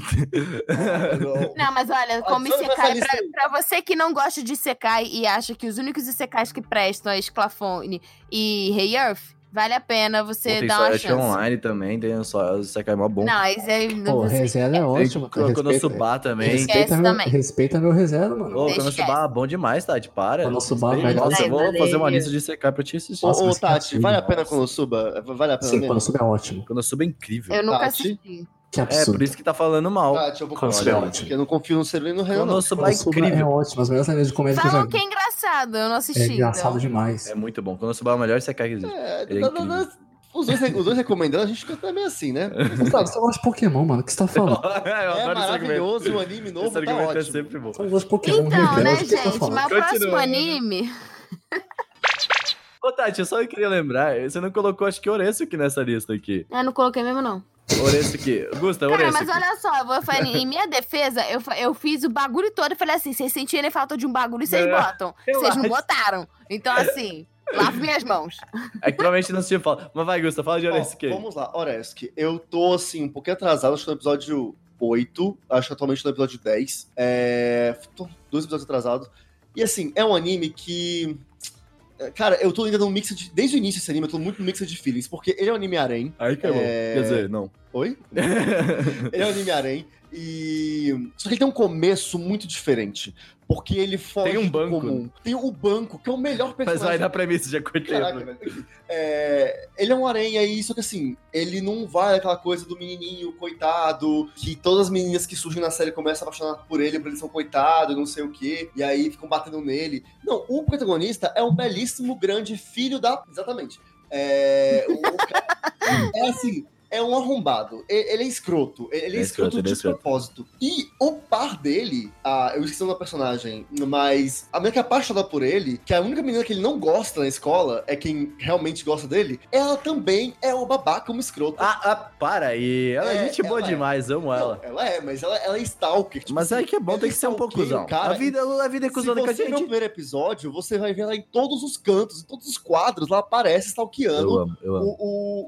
Speaker 5: Não, mas olha, como
Speaker 6: Adiciona pra
Speaker 5: Isekai, é
Speaker 6: essa
Speaker 5: pra,
Speaker 6: lista
Speaker 5: pra você que não gosta de Isekai e acha que os únicos Isekais que prestam é Sclafone e Rei Earth, vale a pena você
Speaker 2: Tem
Speaker 5: dar uma
Speaker 2: Sora
Speaker 5: chance.
Speaker 2: online também, tem o Sekai mó bom. tipo,
Speaker 5: Não, isso aí não
Speaker 4: Pô,
Speaker 5: você
Speaker 4: Rezero é
Speaker 2: Tem
Speaker 4: ótimo. cara. Respeita,
Speaker 2: Konosuba também.
Speaker 5: Esquece
Speaker 4: respeita, meu,
Speaker 5: também.
Speaker 4: respeita meu Rezero, mano.
Speaker 2: Ô,
Speaker 5: Deixa
Speaker 2: quando
Speaker 5: quieto.
Speaker 2: subar, bom demais, Tati, para.
Speaker 4: Quando subar,
Speaker 2: Respeita.
Speaker 4: é melhor.
Speaker 2: Nossa, eu vou
Speaker 5: Ai,
Speaker 2: fazer uma
Speaker 5: valeu.
Speaker 2: lista de secar pra te assistir.
Speaker 6: Ô,
Speaker 4: Nossa,
Speaker 6: ô,
Speaker 4: mas que
Speaker 6: Tati, vale a
Speaker 4: absurdo.
Speaker 6: pena quando suba? Vale a pena
Speaker 4: Sim,
Speaker 6: mesmo?
Speaker 4: quando subir é ótimo.
Speaker 2: Quando suba é incrível.
Speaker 5: Eu nunca
Speaker 6: Tati?
Speaker 5: assisti.
Speaker 4: Que
Speaker 2: É,
Speaker 4: absurdo.
Speaker 2: por isso que tá falando mal.
Speaker 6: Tati, eu vou
Speaker 4: Quando
Speaker 6: confiar,
Speaker 4: suba é ótimo.
Speaker 6: porque eu não confio no Ciro e no Renan, não.
Speaker 2: Quando subar é
Speaker 4: Konosuba é
Speaker 2: incrível.
Speaker 4: ótimo. As melhores animes de comédia que eu já
Speaker 5: Falam que
Speaker 4: vi.
Speaker 5: é engraçado, eu não assisti.
Speaker 4: É
Speaker 5: então.
Speaker 4: engraçado demais.
Speaker 2: É muito bom. Quando subar é o melhor é secar que existe.
Speaker 6: É,
Speaker 2: Ele é
Speaker 6: não, não, não, Os dois, os dois recomendando, a gente fica até meio assim, né?
Speaker 4: Você sabe, você gosta de Pokémon, mano. O que você tá falando?
Speaker 2: Eu
Speaker 6: É
Speaker 2: adoro esse argumento.
Speaker 6: maravilhoso, um anime novo,
Speaker 2: Esse
Speaker 6: tá
Speaker 2: argumento é
Speaker 6: ótimo.
Speaker 2: sempre bom.
Speaker 4: Você gosta de Pokémon,
Speaker 5: Então,
Speaker 4: Ribeiro,
Speaker 5: né,
Speaker 4: o que você tá
Speaker 5: gente?
Speaker 4: falando?
Speaker 5: Mas o próximo
Speaker 2: Continuando.
Speaker 5: anime.
Speaker 2: Ô, Tati, eu só queria lembrar, você não colocou, acho que Orenço aqui nessa lista aqui.
Speaker 5: Eu Ah, não coloquei mesmo, não.
Speaker 2: Orenço aqui. Gusta,
Speaker 5: Cara,
Speaker 2: Orenço
Speaker 5: mas
Speaker 2: aqui.
Speaker 5: olha só, eu vou falar, em minha defesa, eu, fa- eu fiz o bagulho todo e falei assim: vocês sentirem falta de um bagulho, vocês
Speaker 2: É,
Speaker 5: botam. Vocês não
Speaker 2: relaxa.
Speaker 5: botaram. Então, assim, lavo minhas mãos.
Speaker 2: É que provavelmente não se tinha falado. Mas vai, Gusta, fala de
Speaker 6: Ó,
Speaker 2: Orenço aqui.
Speaker 6: vamos lá, Oresk. Eu tô, assim, um pouquinho atrasado, acho que no episódio 8, acho que atualmente no episódio 10. É... Tô dois episódios atrasados. E, assim, é um anime que... é, Cara, eu tô ainda num mix de... Desde o início desse anime, eu tô muito no mix de feelings, porque ele é um anime harém.
Speaker 2: Aí que é bom.
Speaker 6: É.
Speaker 2: Quer dizer, não.
Speaker 6: Oi? Ele é um anime harém e. Só que ele tem um começo muito diferente. Porque ele foge
Speaker 2: Tem um
Speaker 6: do
Speaker 2: banco.
Speaker 6: comum. Tem o banco, que é o melhor
Speaker 2: Mas
Speaker 6: personagem.
Speaker 2: vai dar premissa, já cortei. né?
Speaker 6: Caraca, velho. É, ele é um aranha aí, só que assim, ele não vai aquela coisa do menininho, coitado, que todas as meninas que surgem na série começam a apaixonar por ele, porque eles são coitados, não sei o quê, e aí ficam batendo nele. Não, o protagonista é um belíssimo, grande filho da. Exatamente. É, o- o ca- é assim. É um arrombado. E- Ele é escroto. Ele ele é,
Speaker 2: ele
Speaker 6: escroto,
Speaker 2: é
Speaker 6: de
Speaker 2: escroto.
Speaker 6: propósito. E o par dele, a, eu esqueci o nome da personagem, mas a menina que é apaixonada por ele, que é a única menina que ele não gosta na escola, é quem realmente gosta dele, ela também é uma babaca, uma escrota.
Speaker 2: Ah, ah, para aí. Ela é
Speaker 6: É,
Speaker 2: gente boa
Speaker 6: ela é.
Speaker 2: demais, amo
Speaker 6: Não,
Speaker 2: ela.
Speaker 6: ela é, mas ela, ela é stalker. tipo
Speaker 2: Mas
Speaker 6: assim,
Speaker 2: aí que é bom,
Speaker 6: ela
Speaker 2: tem que ser um pouco
Speaker 6: stalkeia
Speaker 2: cuzão.
Speaker 6: o cara,
Speaker 2: A vida, a vida é
Speaker 6: Se
Speaker 2: cuzona com a
Speaker 6: você ver o
Speaker 2: gente.
Speaker 6: primeiro episódio, você vai ver ela em todos os cantos, em todos os quadros, ela aparece stalkeando
Speaker 2: amo, eu
Speaker 6: o,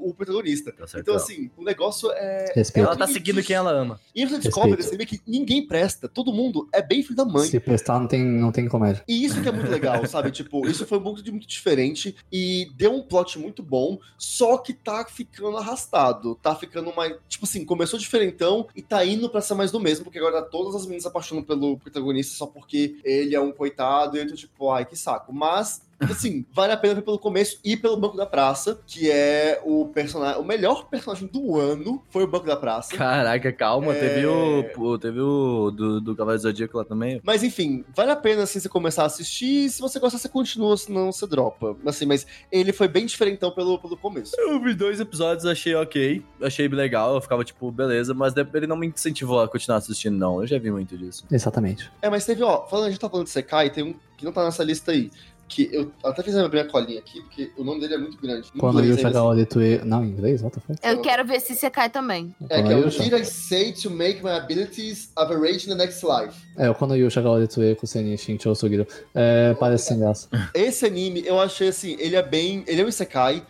Speaker 6: o, o protagonista.
Speaker 2: Tá certo,
Speaker 6: Então,
Speaker 2: ela.
Speaker 6: assim, o negócio é.
Speaker 4: Respeito.
Speaker 2: Ela tá seguindo quem ela ama.
Speaker 6: E você descobre
Speaker 4: Respeito.
Speaker 6: nesse anime que ninguém presta, todo mundo é bem filho da mãe.
Speaker 4: Se prestar, não tem, não tem comédia.
Speaker 6: E isso que é muito legal, sabe? Tipo, isso foi muito, muito diferente e deu um plot muito bom, só que tá ficando arrastado. Tá ficando mais. Tipo assim, começou diferentão e tá indo pra ser mais do mesmo, porque agora todas as meninas se apaixonam pelo protagonista só porque ele é um coitado e eu tô tipo, ai, que saco. Mas. Assim, vale a pena ver pelo começo e pelo Banco da Praça, que é o personagem, o melhor personagem do ano foi o Banco da Praça.
Speaker 2: Caraca, calma.
Speaker 6: É.
Speaker 2: Teve o. pô, Teve o do, do Cavaleiro Zodíaco lá também.
Speaker 6: Mas enfim, vale a pena assim, você começar a assistir. Se você gosta, você continua, senão você dropa. Assim, mas ele foi bem diferentão pelo, pelo começo.
Speaker 2: Eu vi dois episódios, achei ok. Achei legal. Eu ficava tipo, beleza. Mas de- ele não me incentivou a continuar assistindo, não. Eu já vi muito disso.
Speaker 4: Exatamente.
Speaker 6: É, mas teve, ó, falando, a gente tá falando de Sekai, tem um que não tá nessa lista aí. Que eu até fiz a minha colinha aqui, porque o nome dele é muito grande. Em
Speaker 4: Quando eu
Speaker 6: inglês, é
Speaker 4: chegar
Speaker 6: ele, assim.
Speaker 4: ao Detue. Não, em inglês? What the fuck?
Speaker 5: Eu quero ver se você cai também.
Speaker 6: assim, é, que é
Speaker 4: Quando
Speaker 6: o
Speaker 4: eu chegar-
Speaker 6: Did I Say to Make My Abilities Average in the Next Life.
Speaker 4: É, o Quando eu chegar ao Detue é com o Senin Shinchou Sugiro. É, parece sem graça.
Speaker 6: Esse anime, eu achei assim, ele é bem. Ele é um Isekai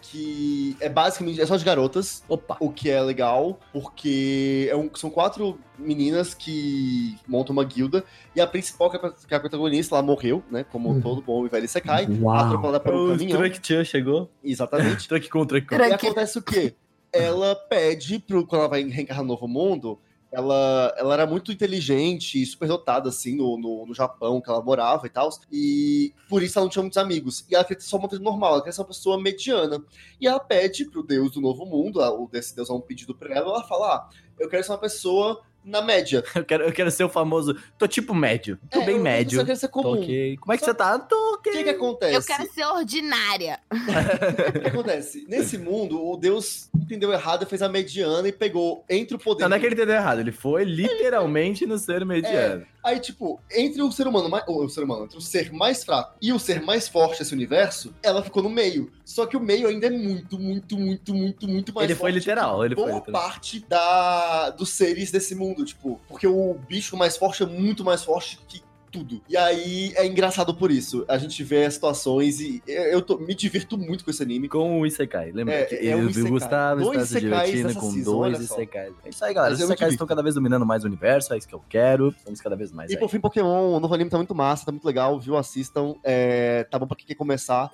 Speaker 6: que é basicamente. É só de garotas.
Speaker 2: Opa.
Speaker 6: O que é legal, porque é um- são quatro meninas que montam uma guilda, e a principal, que é a, que é a protagonista, ela morreu, né? Como
Speaker 4: Uhum.
Speaker 6: todo bom e velho Sekai,
Speaker 4: Uau.
Speaker 6: atropelada por um
Speaker 2: o
Speaker 6: caminhão.
Speaker 2: Truck Chan chegou.
Speaker 6: Exatamente.
Speaker 2: Truck com, Truck com.
Speaker 5: Truck.
Speaker 6: E acontece o quê? Ela pede, pro, quando ela vai reencarnar no novo mundo, ela, ela era muito inteligente e super dotada, assim, no, no, no Japão, que ela morava e tal. E por isso ela não tinha muitos amigos. E ela queria ser só uma pessoa normal, ela queria ser uma pessoa mediana. E ela pede pro deus do novo mundo, ah, o desse deus é um pedido pra ela, ela fala, ah, eu quero ser uma pessoa na média.
Speaker 2: Eu quero, eu quero ser o famoso. Tô tipo médio. Tô
Speaker 6: É,
Speaker 2: bem
Speaker 6: eu-
Speaker 2: médio.
Speaker 6: Eu quero ser
Speaker 2: Tô
Speaker 6: comum.
Speaker 2: ok. Como é que você tá? Tô
Speaker 6: O que que
Speaker 2: ok.
Speaker 6: acontece?
Speaker 5: Eu quero ser ordinária.
Speaker 6: O que acontece? Nesse mundo, o deus entendeu errado, fez a mediana e pegou entre o poder
Speaker 2: Não, não é
Speaker 6: do
Speaker 2: que ele entendeu errado. Ele foi literalmente no ser mediano.
Speaker 6: Aí, tipo, entre o ser humano mais. ou, o ser humano, entre o ser mais fraco e o ser mais forte desse universo, ela ficou no meio. Só que o meio ainda é muito, muito, muito, muito, muito mais
Speaker 2: Ele foi
Speaker 6: forte
Speaker 2: literal,
Speaker 6: que
Speaker 2: ele foi
Speaker 6: boa
Speaker 2: literal.
Speaker 6: parte da, dos seres desse mundo, tipo. Porque o bicho mais forte é muito mais forte que. Tudo. E aí é engraçado por isso. A gente vê as situações e eu, eu tô- me divirto muito com esse anime.
Speaker 2: Com o Isekai. Lembra?
Speaker 6: É,
Speaker 2: que
Speaker 6: é um
Speaker 2: eu vi o
Speaker 6: isekai.
Speaker 2: Gustavo
Speaker 6: Dois
Speaker 2: está se
Speaker 6: isekais
Speaker 2: divertindo
Speaker 6: nessa
Speaker 2: com
Speaker 6: season,
Speaker 2: dois
Speaker 6: olha só.
Speaker 2: Isekais. É isso aí, galera. Os
Speaker 6: Mas eu me
Speaker 2: Isekais
Speaker 6: divirto.
Speaker 2: estão cada vez dominando mais o universo. É isso que eu quero. Estamos cada vez mais.
Speaker 6: E
Speaker 2: aí.
Speaker 6: por fim, Pokémon, o novo anime tá muito massa, tá muito legal, viu? Assistam. É, tá bom pra quem quer começar.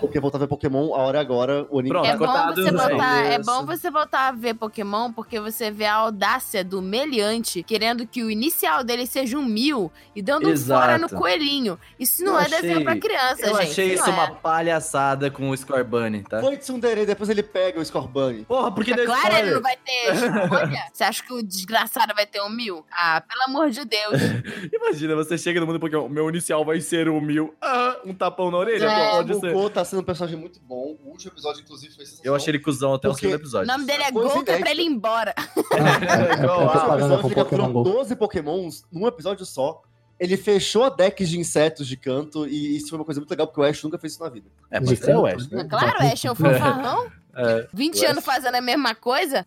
Speaker 6: Porque voltar a ver Pokémon, a hora é agora. O anime
Speaker 2: Pronto,
Speaker 6: tá
Speaker 5: É
Speaker 2: tá
Speaker 5: bom,
Speaker 2: cortado,
Speaker 5: você
Speaker 2: não sei.
Speaker 5: botar, é
Speaker 2: Isso.
Speaker 5: bom você voltar a ver Pokémon, porque você vê a audácia do meliante querendo que o inicial dele seja um mil e dando um
Speaker 2: Exato.
Speaker 5: fora no coelhinho. Isso não
Speaker 2: Eu
Speaker 5: é
Speaker 2: achei-
Speaker 5: desenho pra criança,
Speaker 2: Eu
Speaker 5: gente.
Speaker 2: achei
Speaker 5: não
Speaker 2: isso
Speaker 5: é.
Speaker 2: uma palhaçada com o Scorbunny, tá?
Speaker 6: Foi Tsundere, depois ele pega o Scorbunny.
Speaker 2: Porra, porque deu
Speaker 5: Claro, ele
Speaker 2: spoiler.
Speaker 5: não vai ter escolha. Você acha que o desgraçado vai ter um mil? Ah, pelo amor de Deus.
Speaker 2: Imagina, você chega no mundo Pokémon, meu inicial vai ser o mil. Ah, um tapão na orelha.
Speaker 5: É,
Speaker 2: pode
Speaker 6: o
Speaker 2: ser.
Speaker 6: Goku tá sendo um personagem muito bom. O último episódio, inclusive, foi sensacional.
Speaker 2: Eu achei ele cuzão até
Speaker 6: Porque-
Speaker 2: o segundo
Speaker 5: O
Speaker 2: episódio.
Speaker 5: nome dele é
Speaker 6: Coisa
Speaker 5: Gol, que é
Speaker 6: inédita.
Speaker 5: pra ele ir embora.
Speaker 4: É, é
Speaker 2: Igual a-
Speaker 6: Ah, o
Speaker 4: propaganda
Speaker 6: episódio
Speaker 4: com
Speaker 6: fica
Speaker 4: Pokémon
Speaker 6: com
Speaker 4: Go.
Speaker 6: 12 Pokémons num episódio só. Ele fechou a deck de insetos de canto e isso foi uma coisa muito legal, porque o Ash nunca fez isso na vida.
Speaker 2: É,
Speaker 4: De
Speaker 2: mas é o
Speaker 4: canto,
Speaker 2: Ash, né?
Speaker 4: né?
Speaker 5: Claro,
Speaker 4: Já-
Speaker 5: Ash é o fanfarrão. 20
Speaker 2: Ué.
Speaker 5: anos fazendo a mesma coisa.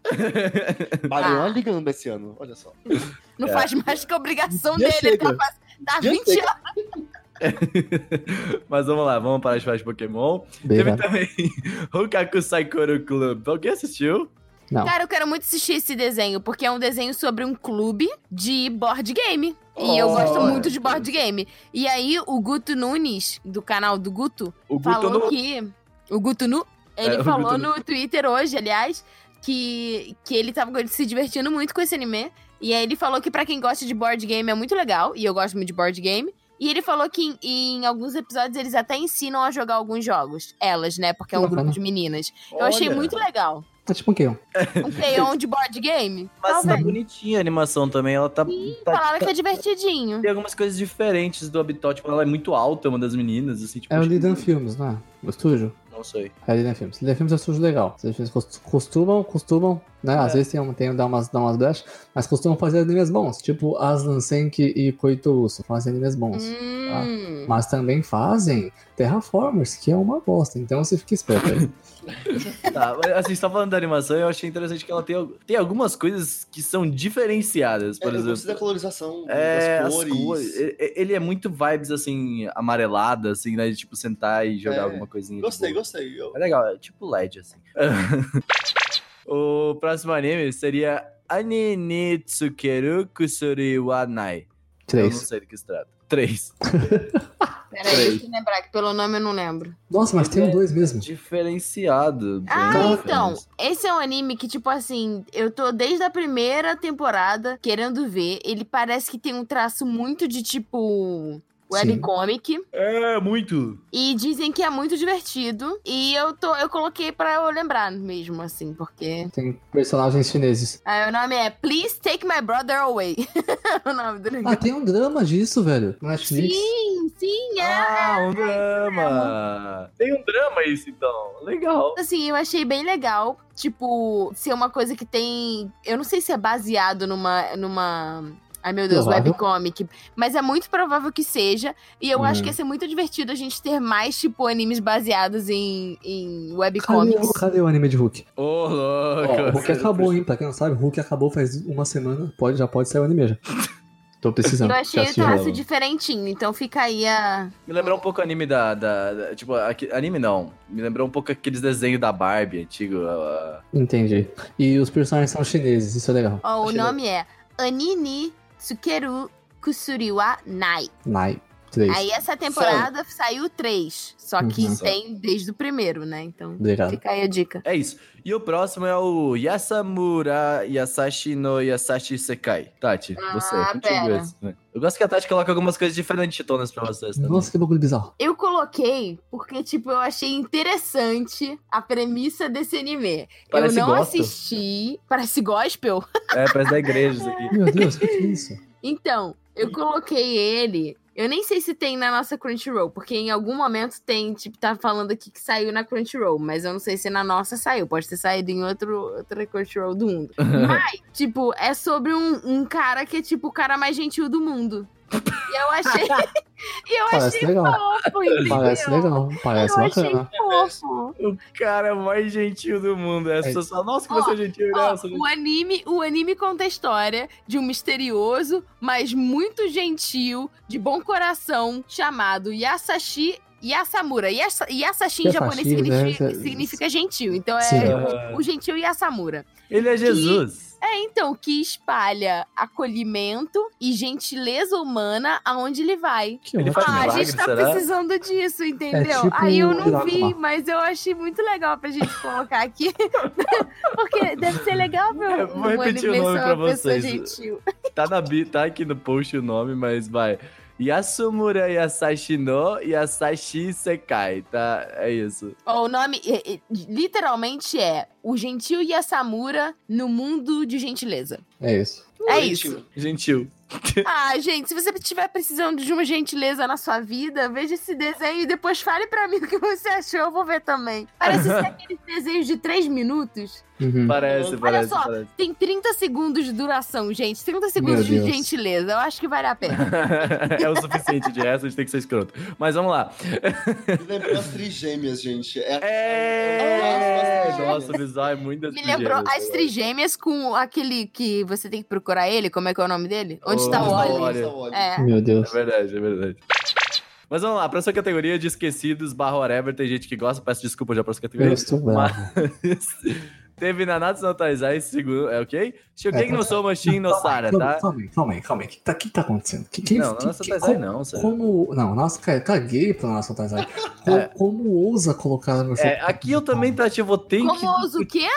Speaker 6: Marion ligando esse ano, olha só.
Speaker 5: Não
Speaker 2: É.
Speaker 5: faz mais que obrigação
Speaker 6: Já
Speaker 5: dele. Ele tá
Speaker 6: chega.
Speaker 5: fazendo. Dá
Speaker 6: Já
Speaker 5: 20
Speaker 6: chega.
Speaker 5: anos.
Speaker 2: Mas vamos lá, vamos parar de falar de Pokémon. Teve
Speaker 4: Beijo.
Speaker 2: também Hokaku Saikoro Club. Alguém assistiu?
Speaker 4: Não.
Speaker 5: Cara, eu quero muito assistir esse desenho, porque é um desenho sobre um clube de board game. E eu
Speaker 2: Oh,
Speaker 5: gosto
Speaker 2: olha.
Speaker 5: muito de board game. E aí, o Guto Nunes, do canal do Guto,
Speaker 2: O Guto
Speaker 5: falou
Speaker 2: não.
Speaker 5: que. O Guto Nu, ele
Speaker 2: É, o
Speaker 5: falou
Speaker 2: Guto Nu.
Speaker 5: no Twitter hoje, aliás, que, que ele tava se divertindo muito com esse anime. E aí ele falou que pra quem gosta de board game é muito legal, e eu gosto muito de board game. E ele falou que em, em alguns episódios eles até ensinam a jogar alguns jogos. Elas, né? Porque é um
Speaker 4: Bacana.
Speaker 5: grupo de meninas. Eu achei
Speaker 2: Olha,
Speaker 5: muito legal.
Speaker 4: É tipo um quê?
Speaker 5: Um play-on de board game?
Speaker 2: Mas tá
Speaker 5: Talvez.
Speaker 2: bonitinha a animação também. Ela tá. tá-
Speaker 5: Falaram que é divertidinho.
Speaker 2: Tem algumas coisas diferentes do Habitat. Tipo, ela é muito alta, uma das meninas. Assim, tipo,
Speaker 4: É o
Speaker 2: acho que-
Speaker 4: Lidan Filmes, não é? O estúdio?
Speaker 2: Não sei.
Speaker 4: É Lidan Filmes. Lidan Filmes é um estúdio legal. Os Lidan Filmes cos- costumam, costumam, né?
Speaker 6: É.
Speaker 4: Às vezes tem, um- tem dar umas, dar umas brechas, mas costumam fazer animes bons. Tipo Aslan Senki e Koito Uso fazem animes bons.
Speaker 5: Hum.
Speaker 4: Mas também fazem Terraformers, que é uma bosta. Então você fica esperto aí.
Speaker 2: Tá, mas assim, só falando da animação, eu achei interessante que ela tem, al- tem algumas coisas que são diferenciadas,
Speaker 6: É,
Speaker 2: por
Speaker 6: eu
Speaker 2: exemplo.
Speaker 6: gostei da colorização,
Speaker 2: É,
Speaker 6: das
Speaker 2: as
Speaker 6: cores.
Speaker 2: cores. E- e- Ele é muito vibes, assim, amarelada, assim, né? De, tipo, sentar e jogar
Speaker 6: É.
Speaker 2: alguma coisinha.
Speaker 6: Gostei,
Speaker 2: tipo,
Speaker 6: gostei. Eu-
Speaker 2: É legal, é tipo LED, assim. o próximo anime seria Anine Tsukeru Kusuri wa Nai. Eu não
Speaker 4: Três.
Speaker 2: sei do que se trata. Três.
Speaker 5: Peraí, deixa eu lembrar que pelo nome eu não lembro.
Speaker 4: Nossa, mas tem um dois mesmo.
Speaker 2: Diferenciado. bem
Speaker 5: Ah, então,
Speaker 2: diferente.
Speaker 5: esse é um anime que, tipo assim, eu tô desde a primeira temporada querendo ver. Ele parece que tem um traço muito de, tipo, webcomic.
Speaker 2: É, muito.
Speaker 5: E dizem que é muito divertido. E eu tô, eu coloquei pra eu lembrar mesmo, assim, porque...
Speaker 4: Tem personagens chineses.
Speaker 5: Aí o nome é Please Take My Brother Away. o nome do
Speaker 4: Ah,
Speaker 5: negócio.
Speaker 4: tem um drama disso, velho. Na Netflix.
Speaker 5: Sim, sim, é.
Speaker 2: Ah, um
Speaker 5: então.
Speaker 2: drama. Tem um drama isso, então. Legal.
Speaker 5: Assim, eu achei bem legal, tipo, ser uma coisa que tem. Eu não sei se é baseado numa. numa... Ai meu Deus,
Speaker 4: Provável.
Speaker 5: webcomic. Mas é muito provável que seja. E eu
Speaker 4: Hum.
Speaker 5: acho que ia ser muito divertido a gente ter mais, tipo, animes baseados em, em
Speaker 4: Cadê, o-
Speaker 5: webcomics.
Speaker 4: cadê o anime de Hulk?
Speaker 2: Ô,
Speaker 4: Ó,
Speaker 2: louco.
Speaker 4: o Hulk acabou, hein? Pra quem não sabe, o Hulk acabou faz uma semana. Pode, já pode sair o anime já. Tô precisando.
Speaker 5: Eu achei
Speaker 4: Já
Speaker 5: o
Speaker 4: assisti,
Speaker 5: traço
Speaker 4: já.
Speaker 5: diferentinho, então fica aí a.
Speaker 2: Me lembrou um pouco o anime da. da- da- tipo, aque- anime não. Me lembrou um pouco aqueles desenhos da Barbie antigo. a- a-
Speaker 4: Entendi. E os personagens são chineses, isso é legal.
Speaker 5: Ó, o
Speaker 2: Achei
Speaker 5: nome é Anini Tsukeru Kusuriwa Nai.
Speaker 4: Nai 3.
Speaker 5: Aí essa temporada saiu três. Só que
Speaker 4: Uhum.
Speaker 5: tem desde o primeiro, né? Então
Speaker 4: Obrigado.
Speaker 5: fica aí a dica.
Speaker 2: É isso. E o próximo é o Yasamura Yasashi no Yasashi Sekai. Tati, você. é
Speaker 5: Ah,
Speaker 2: contigo
Speaker 5: pera.
Speaker 2: esse, né? Eu gosto que a Tati coloca algumas coisas diferentitonas pra vocês tá? também.
Speaker 4: Nossa, que bagulho bizarro.
Speaker 5: Eu coloquei porque, tipo, eu achei interessante a premissa desse anime.
Speaker 2: Parece
Speaker 5: eu não
Speaker 2: gospel.
Speaker 5: assisti. Parece gospel?
Speaker 2: É, parece da igreja isso aqui.
Speaker 4: Meu Deus, o que é isso?
Speaker 5: Então, eu coloquei ele. Eu nem sei se tem na nossa Crunchyroll, porque em algum momento tem, tipo, tá falando aqui que saiu na Crunchyroll, mas eu não sei se na nossa saiu. Pode ter saído em outro, outra Crunchyroll do mundo. Mas, tipo, é sobre um, um cara que é, tipo, o cara mais gentil do mundo. E eu achei. e eu
Speaker 4: Parece
Speaker 5: achei
Speaker 4: legal.
Speaker 5: fofo, entendeu?
Speaker 4: Parece legal. Parece
Speaker 5: eu achei
Speaker 4: bacana.
Speaker 5: fofo.
Speaker 2: o cara mais gentil do mundo. As
Speaker 4: É.
Speaker 2: pessoas falam, nossa, que
Speaker 5: Ó,
Speaker 2: você é gentil.
Speaker 5: Ó,
Speaker 2: nossa,
Speaker 5: o anime, o anime conta a história de um misterioso, mas muito gentil, de bom coração, chamado Yasashi Yasamura. Yasa, Yasashi em
Speaker 4: Yasashi,
Speaker 5: japonês significa,
Speaker 4: né?
Speaker 5: significa gentil, então é
Speaker 4: Sim.
Speaker 2: Ah.
Speaker 5: o gentil Yasamura.
Speaker 2: Ele é Jesus.
Speaker 5: É então que espalha acolhimento e gentileza humana aonde ele vai.
Speaker 4: Que
Speaker 2: Ele
Speaker 4: ótimo.
Speaker 2: faz
Speaker 5: Ah, a
Speaker 2: milagre,
Speaker 5: gente tá
Speaker 2: será?
Speaker 5: precisando disso, entendeu?
Speaker 4: tipo
Speaker 5: Aí eu
Speaker 4: o
Speaker 5: não
Speaker 4: Kurama.
Speaker 5: vi, mas eu achei muito legal pra gente colocar aqui. Porque deve ser legal ver
Speaker 2: É,
Speaker 5: um
Speaker 2: vou repetir o nome
Speaker 5: anime sobre
Speaker 2: pra
Speaker 5: uma pessoa
Speaker 2: vocês.
Speaker 5: gentil.
Speaker 2: Tá, na, bi- tá aqui no post o nome, mas vai. Yasumura Yasashi no Yasashi Sekai, tá? É isso.
Speaker 5: Ó, o nome é, é, literalmente é O Gentil Yasamura no Mundo de Gentileza.
Speaker 4: É isso.
Speaker 5: É
Speaker 6: Gentil.
Speaker 5: isso.
Speaker 2: Gentil.
Speaker 5: Ah, gente, se você estiver precisando de uma gentileza na sua vida, veja esse desenho e depois fale pra mim o que você achou, eu vou ver também. Parece ser aqueles desenhos de três minutos.
Speaker 4: Uhum.
Speaker 2: Parece,
Speaker 6: Olha
Speaker 2: parece,
Speaker 5: só.
Speaker 2: parece.
Speaker 5: Tem 30 segundos de duração, gente. 30 segundos
Speaker 4: Meu
Speaker 5: de
Speaker 4: Deus.
Speaker 5: gentileza. Eu acho que vale a pena.
Speaker 2: é o suficiente de resto, a gente tem que ser escroto. Mas vamos lá.
Speaker 6: Lembrou as trigêmeas, gente. É,
Speaker 2: É!
Speaker 6: É!
Speaker 2: Nossa, o visual é muito das
Speaker 5: Me lembrou
Speaker 2: trigêmeas, né?
Speaker 5: as trigêmeas com aquele que você tem que procurar ele, como é que é o nome dele? Onde
Speaker 2: Oh,
Speaker 5: está
Speaker 2: onde
Speaker 5: o
Speaker 2: está o
Speaker 5: óleo?
Speaker 2: Wally.
Speaker 6: Wally.
Speaker 5: É.
Speaker 4: Meu Deus.
Speaker 2: É verdade, é verdade. Mas vamos lá, próxima categoria de esquecidos barra whatever. Tem gente que gosta, peço desculpa já para essa
Speaker 4: Eu
Speaker 2: categoria.
Speaker 4: estou bravo.
Speaker 2: Mas teve Nanatsu no Taizai, segundo, é ok? Shokei
Speaker 4: É,
Speaker 2: no Somashin no Sara,
Speaker 4: Calma,
Speaker 2: tá?
Speaker 4: Calma aí, calma aí, calma aí. O que tá, que tá acontecendo? Que, que,
Speaker 2: Não, tá
Speaker 4: que-
Speaker 2: Nanatsu no
Speaker 4: que-
Speaker 2: Taizai
Speaker 4: como,
Speaker 2: não, sério.
Speaker 4: como. Não, nossa, ca- caguei pro nosso Taizai. Como,
Speaker 2: É.
Speaker 4: como ousa colocar no meu jogo?
Speaker 2: É, aqui eu também, Tati, eu vou ter
Speaker 5: Como
Speaker 2: que...
Speaker 5: ouso o quê?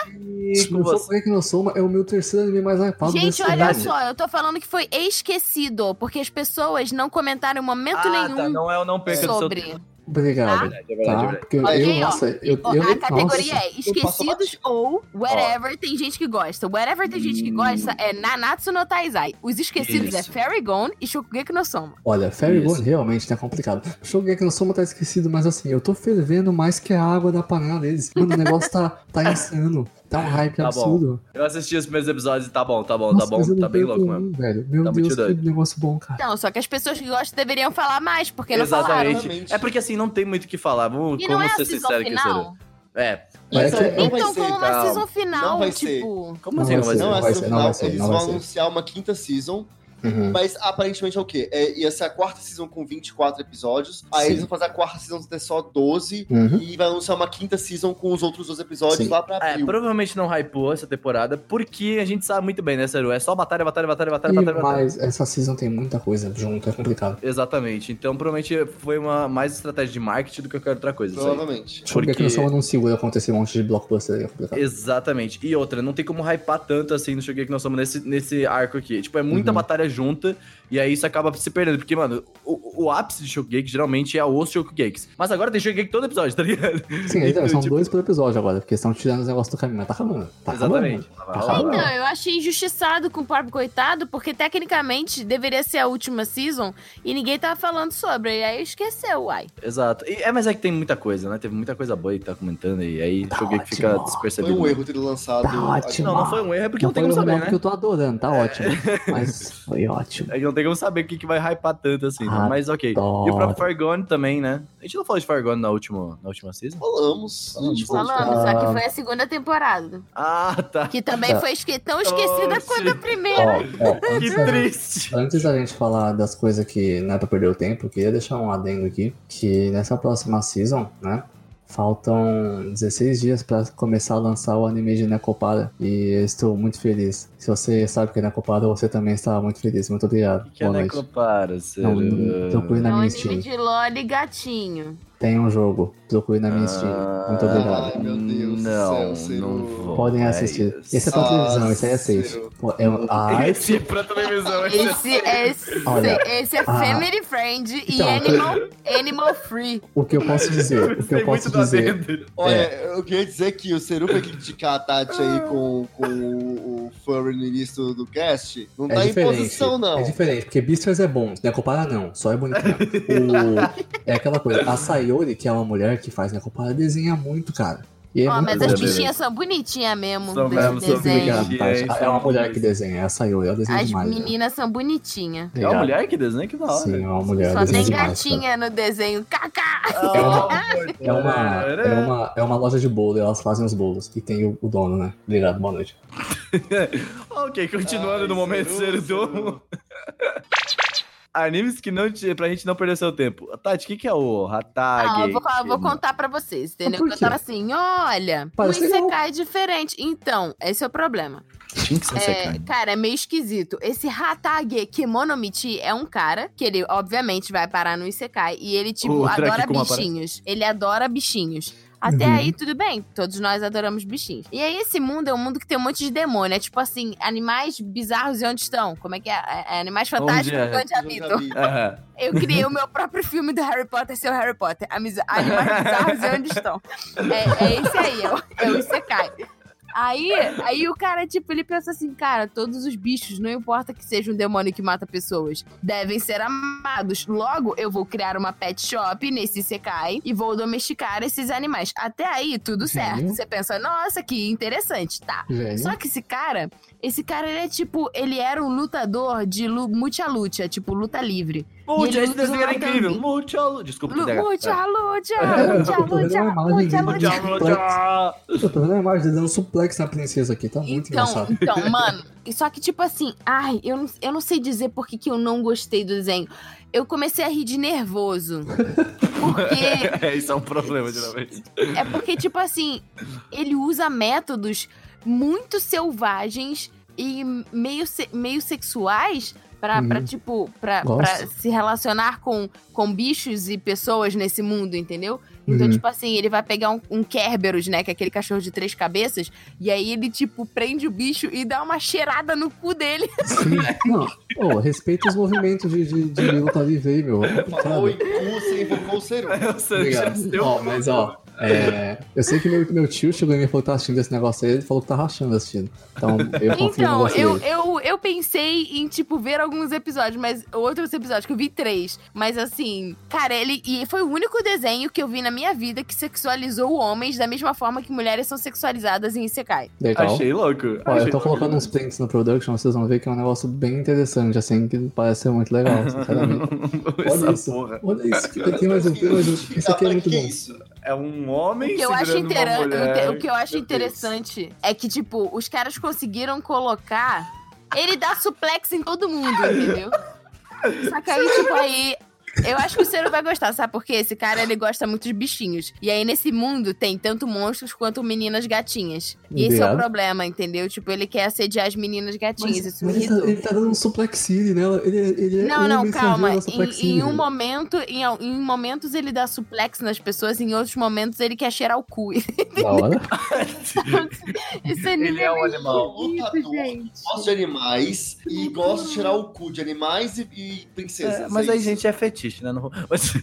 Speaker 2: discutir com
Speaker 4: Não sou
Speaker 2: você.
Speaker 4: por que não sou, mas é o meu terceiro anime mais hypado
Speaker 5: Gente,
Speaker 4: desse
Speaker 5: olha
Speaker 4: ano.
Speaker 5: só, eu tô falando que foi esquecido, porque as pessoas não comentaram em momento
Speaker 2: Ah,
Speaker 5: nenhum
Speaker 2: tá, não é o não perca do seu
Speaker 5: sobre.
Speaker 2: tempo.
Speaker 4: Obrigado.
Speaker 2: É
Speaker 4: Tá?
Speaker 2: verdade, é verdade.
Speaker 4: Porque eu,
Speaker 6: Olha aí, ó.
Speaker 4: nossa, eu,
Speaker 5: Ó,
Speaker 4: eu
Speaker 5: a categoria
Speaker 4: nossa,
Speaker 5: é
Speaker 6: passo
Speaker 5: esquecidos
Speaker 6: batido.
Speaker 5: ou whatever tem gente que gosta. Whatever tem gente que gosta é Nanatsu no Taizai. Os esquecidos
Speaker 2: Isso.
Speaker 5: é Fairy Gone e Shokugeki no Soma.
Speaker 4: Olha, Fairy
Speaker 2: Isso.
Speaker 4: Gone realmente tá complicado. O jogo é que não soma tá esquecido, mas assim, eu tô fervendo mais que a água da panela deles. Mano, o negócio tá, tá insano. Tá um hype
Speaker 2: Tá bom.
Speaker 4: absurdo.
Speaker 2: Eu assisti os primeiros episódios e tá bom, tá bom,
Speaker 4: Nossa,
Speaker 2: tá bom,
Speaker 4: mas eu não
Speaker 2: tá bem
Speaker 4: perco
Speaker 2: louco
Speaker 4: um,
Speaker 2: mesmo.
Speaker 4: Velho. Meu
Speaker 2: Tá muito
Speaker 4: Deus, que
Speaker 2: doido.
Speaker 4: negócio bom, cara.
Speaker 5: Então, só que as pessoas que gostam deveriam falar mais, porque não falaram.
Speaker 2: Exatamente.
Speaker 6: Exatamente.
Speaker 2: É porque assim, não tem muito o que falar. Vamos,
Speaker 5: E não
Speaker 2: como
Speaker 5: é a
Speaker 2: ser
Speaker 5: season
Speaker 2: sincero que seja.
Speaker 5: final.
Speaker 2: É.
Speaker 4: Mas
Speaker 6: Essa
Speaker 4: é que-
Speaker 6: não vai
Speaker 5: Então,
Speaker 6: ser,
Speaker 5: como uma
Speaker 2: calma.
Speaker 5: season final,
Speaker 6: Não vai ser.
Speaker 5: tipo.
Speaker 2: Como
Speaker 4: Não
Speaker 2: assim?
Speaker 4: vai
Speaker 2: Não vai
Speaker 4: ser,
Speaker 6: Não,
Speaker 4: não vai
Speaker 6: é vai
Speaker 4: ser, não
Speaker 6: final,
Speaker 4: vai ser,
Speaker 6: eles
Speaker 4: não
Speaker 6: vão
Speaker 4: vai ser.
Speaker 6: anunciar uma quinta season,
Speaker 4: Uhum.
Speaker 6: mas aparentemente é o quê? É, ia ser a quarta season com 24 episódios, aí
Speaker 4: Sim.
Speaker 6: eles vão fazer a quarta season ter só 12,
Speaker 4: Uhum.
Speaker 6: e vai anunciar uma quinta season com os outros 12 episódios
Speaker 4: Sim.
Speaker 6: lá pra
Speaker 2: É,
Speaker 6: abril.
Speaker 2: provavelmente não hypou essa temporada, porque a gente sabe muito bem, né, Seru? É só batalha, batalha, batalha, batalha,
Speaker 4: E,
Speaker 2: batalha, batalha.
Speaker 4: mas essa season tem muita coisa junto, é complicado.
Speaker 2: Exatamente. Então, provavelmente foi uma mais estratégia de marketing do que qualquer outra coisa. isso aí.
Speaker 6: Provavelmente.
Speaker 4: Porque...
Speaker 2: Porque-
Speaker 4: Shogeki no Soma não segura contra esse um monte de blockbuster aí, é complicado.
Speaker 2: Exatamente. E outra, não tem como hypar tanto assim no Shogeki nós somos nesse, nesse arco aqui. Tipo, é muita
Speaker 4: Uhum.
Speaker 2: batalha junta e aí isso acaba se perdendo. Porque, mano, o, o ápice de Shogeki geralmente é os Shogekis. Mas agora tem Shogeki todo episódio, tá ligado?
Speaker 4: Sim, então,
Speaker 2: Então,
Speaker 4: são
Speaker 2: tipo-
Speaker 4: dois por episódio agora, porque estão tirando os negócios do caminho, mas tá acabando. Tá
Speaker 2: Exatamente.
Speaker 4: acabando.
Speaker 2: Vai lá,
Speaker 4: Tá
Speaker 2: vai lá.
Speaker 5: Então, eu achei injustiçado com o pobre coitado, porque tecnicamente deveria ser a última season e ninguém tava falando sobre. E aí esqueceu, uai.
Speaker 2: Exato. E- é, mas é que tem muita coisa, né? Teve muita coisa boa e tá comentando, e aí
Speaker 4: Tá
Speaker 2: Shogeki fica
Speaker 4: ótimo.
Speaker 6: Foi
Speaker 2: despercebido.
Speaker 6: um erro ter lançado.
Speaker 4: Tá ótimo.
Speaker 2: Não, não foi um erro, é porque não, tem
Speaker 4: foi
Speaker 2: como
Speaker 4: um
Speaker 2: saber,
Speaker 4: nome
Speaker 2: né?
Speaker 4: que eu tô adorando, tá ótimo. Mas foi ótimo.
Speaker 2: É que não tem como saber o que, que vai hypar tanto assim, né?
Speaker 4: Ah,
Speaker 2: Mas ok. E o
Speaker 4: Adoro.
Speaker 2: próprio Fargone também, né? A gente não falou de Fargone na última, na última season?
Speaker 4: Tá
Speaker 6: Falamos. a gente falou
Speaker 5: Falamos,
Speaker 6: de-
Speaker 5: só que foi a segunda temporada.
Speaker 2: Ah, tá.
Speaker 5: Que também
Speaker 4: Tá.
Speaker 5: foi esque- tão esquecida
Speaker 2: Oxi.
Speaker 5: quanto a primeira.
Speaker 4: Ó, ó,
Speaker 2: Que
Speaker 4: antes, da gente,
Speaker 2: triste.
Speaker 4: antes da gente falar das coisas que não é pra perder o tempo, eu queria deixar um adendo aqui, que nessa próxima season, né? Faltam 16 dias pra começar a lançar o anime de Necopara e eu estou muito feliz. Se você sabe o que é Necopara, você também está muito feliz. Muito obrigado.
Speaker 2: O que é
Speaker 4: Boa noite.
Speaker 2: Necopara,
Speaker 4: Não, não, procure
Speaker 5: É
Speaker 4: na
Speaker 5: um
Speaker 4: minha
Speaker 5: anime
Speaker 4: Steam.
Speaker 5: de Loli gatinho.
Speaker 4: Tem um jogo. Procure na minha Steam. Muito obrigado.
Speaker 6: Ai, meu Deus do
Speaker 2: Ah, Não,
Speaker 6: céu, Ciro.
Speaker 2: não vou.
Speaker 4: Podem assistir.
Speaker 2: Ai,
Speaker 4: Esse é pra
Speaker 6: Ah,
Speaker 4: televisão, esse aí é safe.
Speaker 6: Ciro.
Speaker 4: Pô, é um- ai,
Speaker 2: Esse é pra televisão. esse é-
Speaker 5: Esse, esse,
Speaker 4: Olha,
Speaker 5: esse é
Speaker 4: ah,
Speaker 5: Family Friend e
Speaker 4: então,
Speaker 5: animal, animal Free.
Speaker 4: o que eu posso dizer? é O que eu
Speaker 2: Gostei
Speaker 4: posso
Speaker 2: muito do
Speaker 4: dizer?
Speaker 2: adendo.
Speaker 6: Olha,
Speaker 4: É.
Speaker 6: eu queria dizer que o Seru foi criticar a Tati aí com, com o, o Furry no início do cast. Não
Speaker 4: É
Speaker 6: tá em
Speaker 4: diferente.
Speaker 6: posição, não.
Speaker 2: Tá
Speaker 4: É diferente, porque Beastars é bom, Necopara não, só é bonito mesmo. O- É aquela coisa, a Sayori, que é uma mulher que faz Necopara, desenha muito, cara. E é
Speaker 5: Ó,
Speaker 4: muito
Speaker 5: mas
Speaker 2: bom,
Speaker 5: as
Speaker 2: né,
Speaker 5: bichinhas são bonitinhas mesmo.
Speaker 2: São mesmo,
Speaker 5: desse
Speaker 2: são
Speaker 5: desenho.
Speaker 2: bonitinhas.
Speaker 4: Obrigado, Tati.
Speaker 2: gente,
Speaker 4: É uma
Speaker 2: são
Speaker 4: mulher
Speaker 2: bonitas.
Speaker 4: que desenha, é a Sayori, ela desenha
Speaker 5: As
Speaker 4: demais. né?
Speaker 5: meninas são bonitinhas.
Speaker 2: É uma
Speaker 4: Obrigado.
Speaker 2: mulher que desenha que da hora.
Speaker 4: Sim, é uma mulher.
Speaker 5: Só tem
Speaker 4: desenha demais, cara.
Speaker 5: gatinha no desenho. Kaká!
Speaker 2: É uma-
Speaker 4: É uma, é, uma, é uma loja de bolo, e elas fazem os bolos. E tem o, o dono, né? Obrigado, boa noite.
Speaker 2: Ok, continuando
Speaker 6: Ai,
Speaker 2: no momento
Speaker 6: Seru,
Speaker 2: Serudomo. Animes que não te, pra gente não perder seu tempo. Tati, o que, que é o
Speaker 5: Ah,
Speaker 2: Hatag?
Speaker 5: eu vou, eu vou contar pra vocês, entendeu?
Speaker 4: Por
Speaker 5: Porque eu
Speaker 4: quê?
Speaker 5: tava assim, olha,
Speaker 4: Parece
Speaker 5: o
Speaker 4: legal.
Speaker 5: Isekai é diferente. Então, esse é o problema.
Speaker 2: Tinha
Speaker 4: um
Speaker 2: que ser
Speaker 5: É,
Speaker 2: Sekai.
Speaker 5: cara, é meio esquisito. Esse Hatage Kimonomichi é um cara que ele, obviamente, vai parar no Isekai. E ele, tipo,
Speaker 2: O Drake
Speaker 5: adora
Speaker 2: Kuma
Speaker 5: bichinhos. Ele adora bichinhos. Até
Speaker 4: Uhum.
Speaker 5: aí, tudo bem. Todos nós adoramos bichinhos. E aí, esse mundo é um mundo que tem um monte de demônio. É tipo assim, animais bizarros e onde estão? Como é que é? É- é animais
Speaker 2: Onde
Speaker 5: fantásticos
Speaker 2: é?
Speaker 5: e onde habitam.
Speaker 2: Aham.
Speaker 5: Eu criei o meu próprio filme do Harry Potter, seu Harry Potter. Amiz- Animais bizarros e onde estão. É, é esse aí, é o, é o Isekai. Aí, aí o cara, tipo, ele pensa assim, cara, todos os bichos, não importa que seja um demônio que mata pessoas, devem ser amados. Logo, eu vou criar uma pet shop nesse Isekai e vou domesticar esses animais. Até aí, tudo
Speaker 4: Sim.
Speaker 5: certo. Você pensa, nossa, que interessante, tá.
Speaker 4: Gênio.
Speaker 5: Só que esse cara, esse cara, ele é tipo, ele era um lutador de lu luta-luta, tipo, luta livre.
Speaker 2: Multi,
Speaker 5: E ele
Speaker 2: esse desenho era
Speaker 5: usa
Speaker 2: incrível.
Speaker 5: também.
Speaker 2: Multi, alu- Desculpa,
Speaker 5: Lu-
Speaker 2: TDAH.
Speaker 5: Lucha, lucha,
Speaker 4: É,
Speaker 5: lucha,
Speaker 4: eu tô vendo
Speaker 5: lucha,
Speaker 4: uma imagem
Speaker 5: lucha,
Speaker 4: dele.
Speaker 2: Multi,
Speaker 5: lucha.
Speaker 2: alu- multi-
Speaker 4: Eu tô vendo a imagem dele dando suplex na princesa aqui, tá muito
Speaker 5: Então,
Speaker 4: engraçado.
Speaker 5: então, mano, só que tipo assim, ai, eu não, eu não sei dizer por que, que eu não gostei do desenho. Eu comecei a rir de nervoso. Porque
Speaker 2: É, isso é um problema, geralmente.
Speaker 5: É porque, tipo assim, ele usa métodos muito selvagens e meio, se- meio sexuais pra,
Speaker 4: Uhum.
Speaker 5: pra, tipo, pra,
Speaker 4: Gosto.
Speaker 5: pra se relacionar com, com bichos e pessoas nesse mundo, entendeu? Então,
Speaker 4: Uhum.
Speaker 5: tipo assim, ele vai pegar um, um Kerberos, né? Que é aquele cachorro de três cabeças. E aí ele, tipo, prende o bicho e dá uma cheirada no cu dele.
Speaker 4: Sim. Não, ô, respeita os movimentos de, de, de luta livre aí, meu.
Speaker 6: Falou em
Speaker 4: Sabe?
Speaker 6: cu, você invocou o ser humano.
Speaker 2: Eu sei,
Speaker 4: Obrigado.
Speaker 2: já deu. um
Speaker 4: Ó, mas ó, é, eu sei que meu, meu tio chegou em mim e falou que tá assistindo esse negócio aí, ele falou que tá rachando assistindo. Então, eu confio no
Speaker 5: Então,
Speaker 4: negócio
Speaker 5: eu,
Speaker 4: dele.
Speaker 5: eu, eu pensei em, tipo, ver alguns episódios, mas outros episódios, que eu vi três. Mas assim, cara, ele. E foi o único desenho que eu vi na minha vida que sexualizou homens da mesma forma que mulheres são sexualizadas em Isekai.
Speaker 4: Legal.
Speaker 2: Achei louco.
Speaker 4: Ó, eu
Speaker 2: achei
Speaker 4: tô
Speaker 2: louco.
Speaker 4: colocando uns prints no production, vocês vão ver que é um negócio bem interessante, assim, que parece ser muito legal, sinceramente. Olha
Speaker 2: Essa
Speaker 4: isso.
Speaker 2: porra.
Speaker 4: Olha isso, que tem mais um, tem mais um. Isso aqui é muito
Speaker 6: Então, assim, Que
Speaker 4: bom.
Speaker 6: isso?
Speaker 2: É um homem
Speaker 5: O que eu acho,
Speaker 2: segurando
Speaker 5: interan-
Speaker 2: uma mulher.
Speaker 5: o que eu acho
Speaker 2: é, Meu Deus.
Speaker 5: interessante é que, tipo, os caras conseguiram colocar. Ele dá suplex em todo mundo, entendeu? Só que aí, tipo, aí. Eu acho que o Ciro vai gostar, sabe por quê? Esse cara, ele gosta muito de bichinhos. E aí, nesse mundo, tem tanto monstros quanto meninas gatinhas. E esse é o
Speaker 4: Obrigado.
Speaker 5: problema, entendeu? Tipo, ele quer assediar as meninas gatinhas.
Speaker 4: Mas-
Speaker 5: isso me
Speaker 4: mas ele, tá,
Speaker 5: irritou.
Speaker 4: ele tá dando um suplexile nela. Ele, ele é
Speaker 5: Não, não,
Speaker 4: homem
Speaker 5: calma.
Speaker 4: sargento da
Speaker 5: Em,
Speaker 4: suplexile,
Speaker 5: em um
Speaker 4: velho.
Speaker 5: momento, em, al- em momentos ele dá suplex nas pessoas, em outros momentos ele quer cheirar o cu.
Speaker 4: Da hora.
Speaker 5: Esse
Speaker 2: Ele é um animal.
Speaker 6: Lutador, gosta de animais e gosta de tirar o cu de animais e, e princesas.
Speaker 2: É, mas aí,
Speaker 6: isso.
Speaker 2: gente, é fetiche, né? Não- Mas-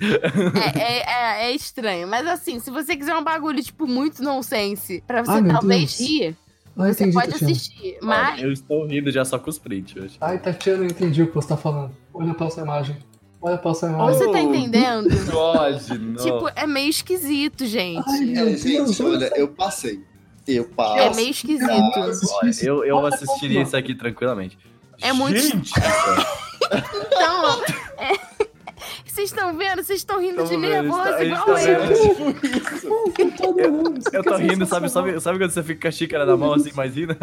Speaker 5: É, é, é- é estranho. Mas assim, se você quiser um bagulho, tipo, muito nonsense, pra você
Speaker 4: Ah, meu
Speaker 5: talvez
Speaker 4: Deus.
Speaker 5: rir,
Speaker 4: Ah,
Speaker 5: você
Speaker 4: entendi,
Speaker 5: pode
Speaker 4: Tatiana.
Speaker 5: assistir. Mas.
Speaker 2: Eu estou rindo já só com os prints. eu acho.
Speaker 4: Ai, Tatiana, eu entendi o que você tá falando. Olha pra essa imagem. Olha pra essa
Speaker 5: ou
Speaker 4: imagem.
Speaker 5: Você tá entendendo?
Speaker 2: Jorge, não.
Speaker 5: tipo, é meio esquisito, gente.
Speaker 4: Ai, meu
Speaker 6: É,
Speaker 4: Deus,
Speaker 6: gente,
Speaker 4: olha
Speaker 6: olha, eu passei. Eu passei.
Speaker 5: é meio esquisito.
Speaker 4: isso.
Speaker 2: Olha, eu, eu assistiria isso aqui tranquilamente.
Speaker 5: É muito-
Speaker 2: Gente, essa-
Speaker 5: Então. é- Vocês estão vendo? Vocês estão rindo de
Speaker 2: Tamo vendo, tá-
Speaker 5: nervoso,
Speaker 2: está-
Speaker 5: igual
Speaker 2: está
Speaker 5: eu.
Speaker 2: vendo.
Speaker 6: tipo isso.
Speaker 2: eu
Speaker 4: é
Speaker 2: tô rindo, sabe, sabe, sabe quando você fica com a xícara na mão assim, imagina?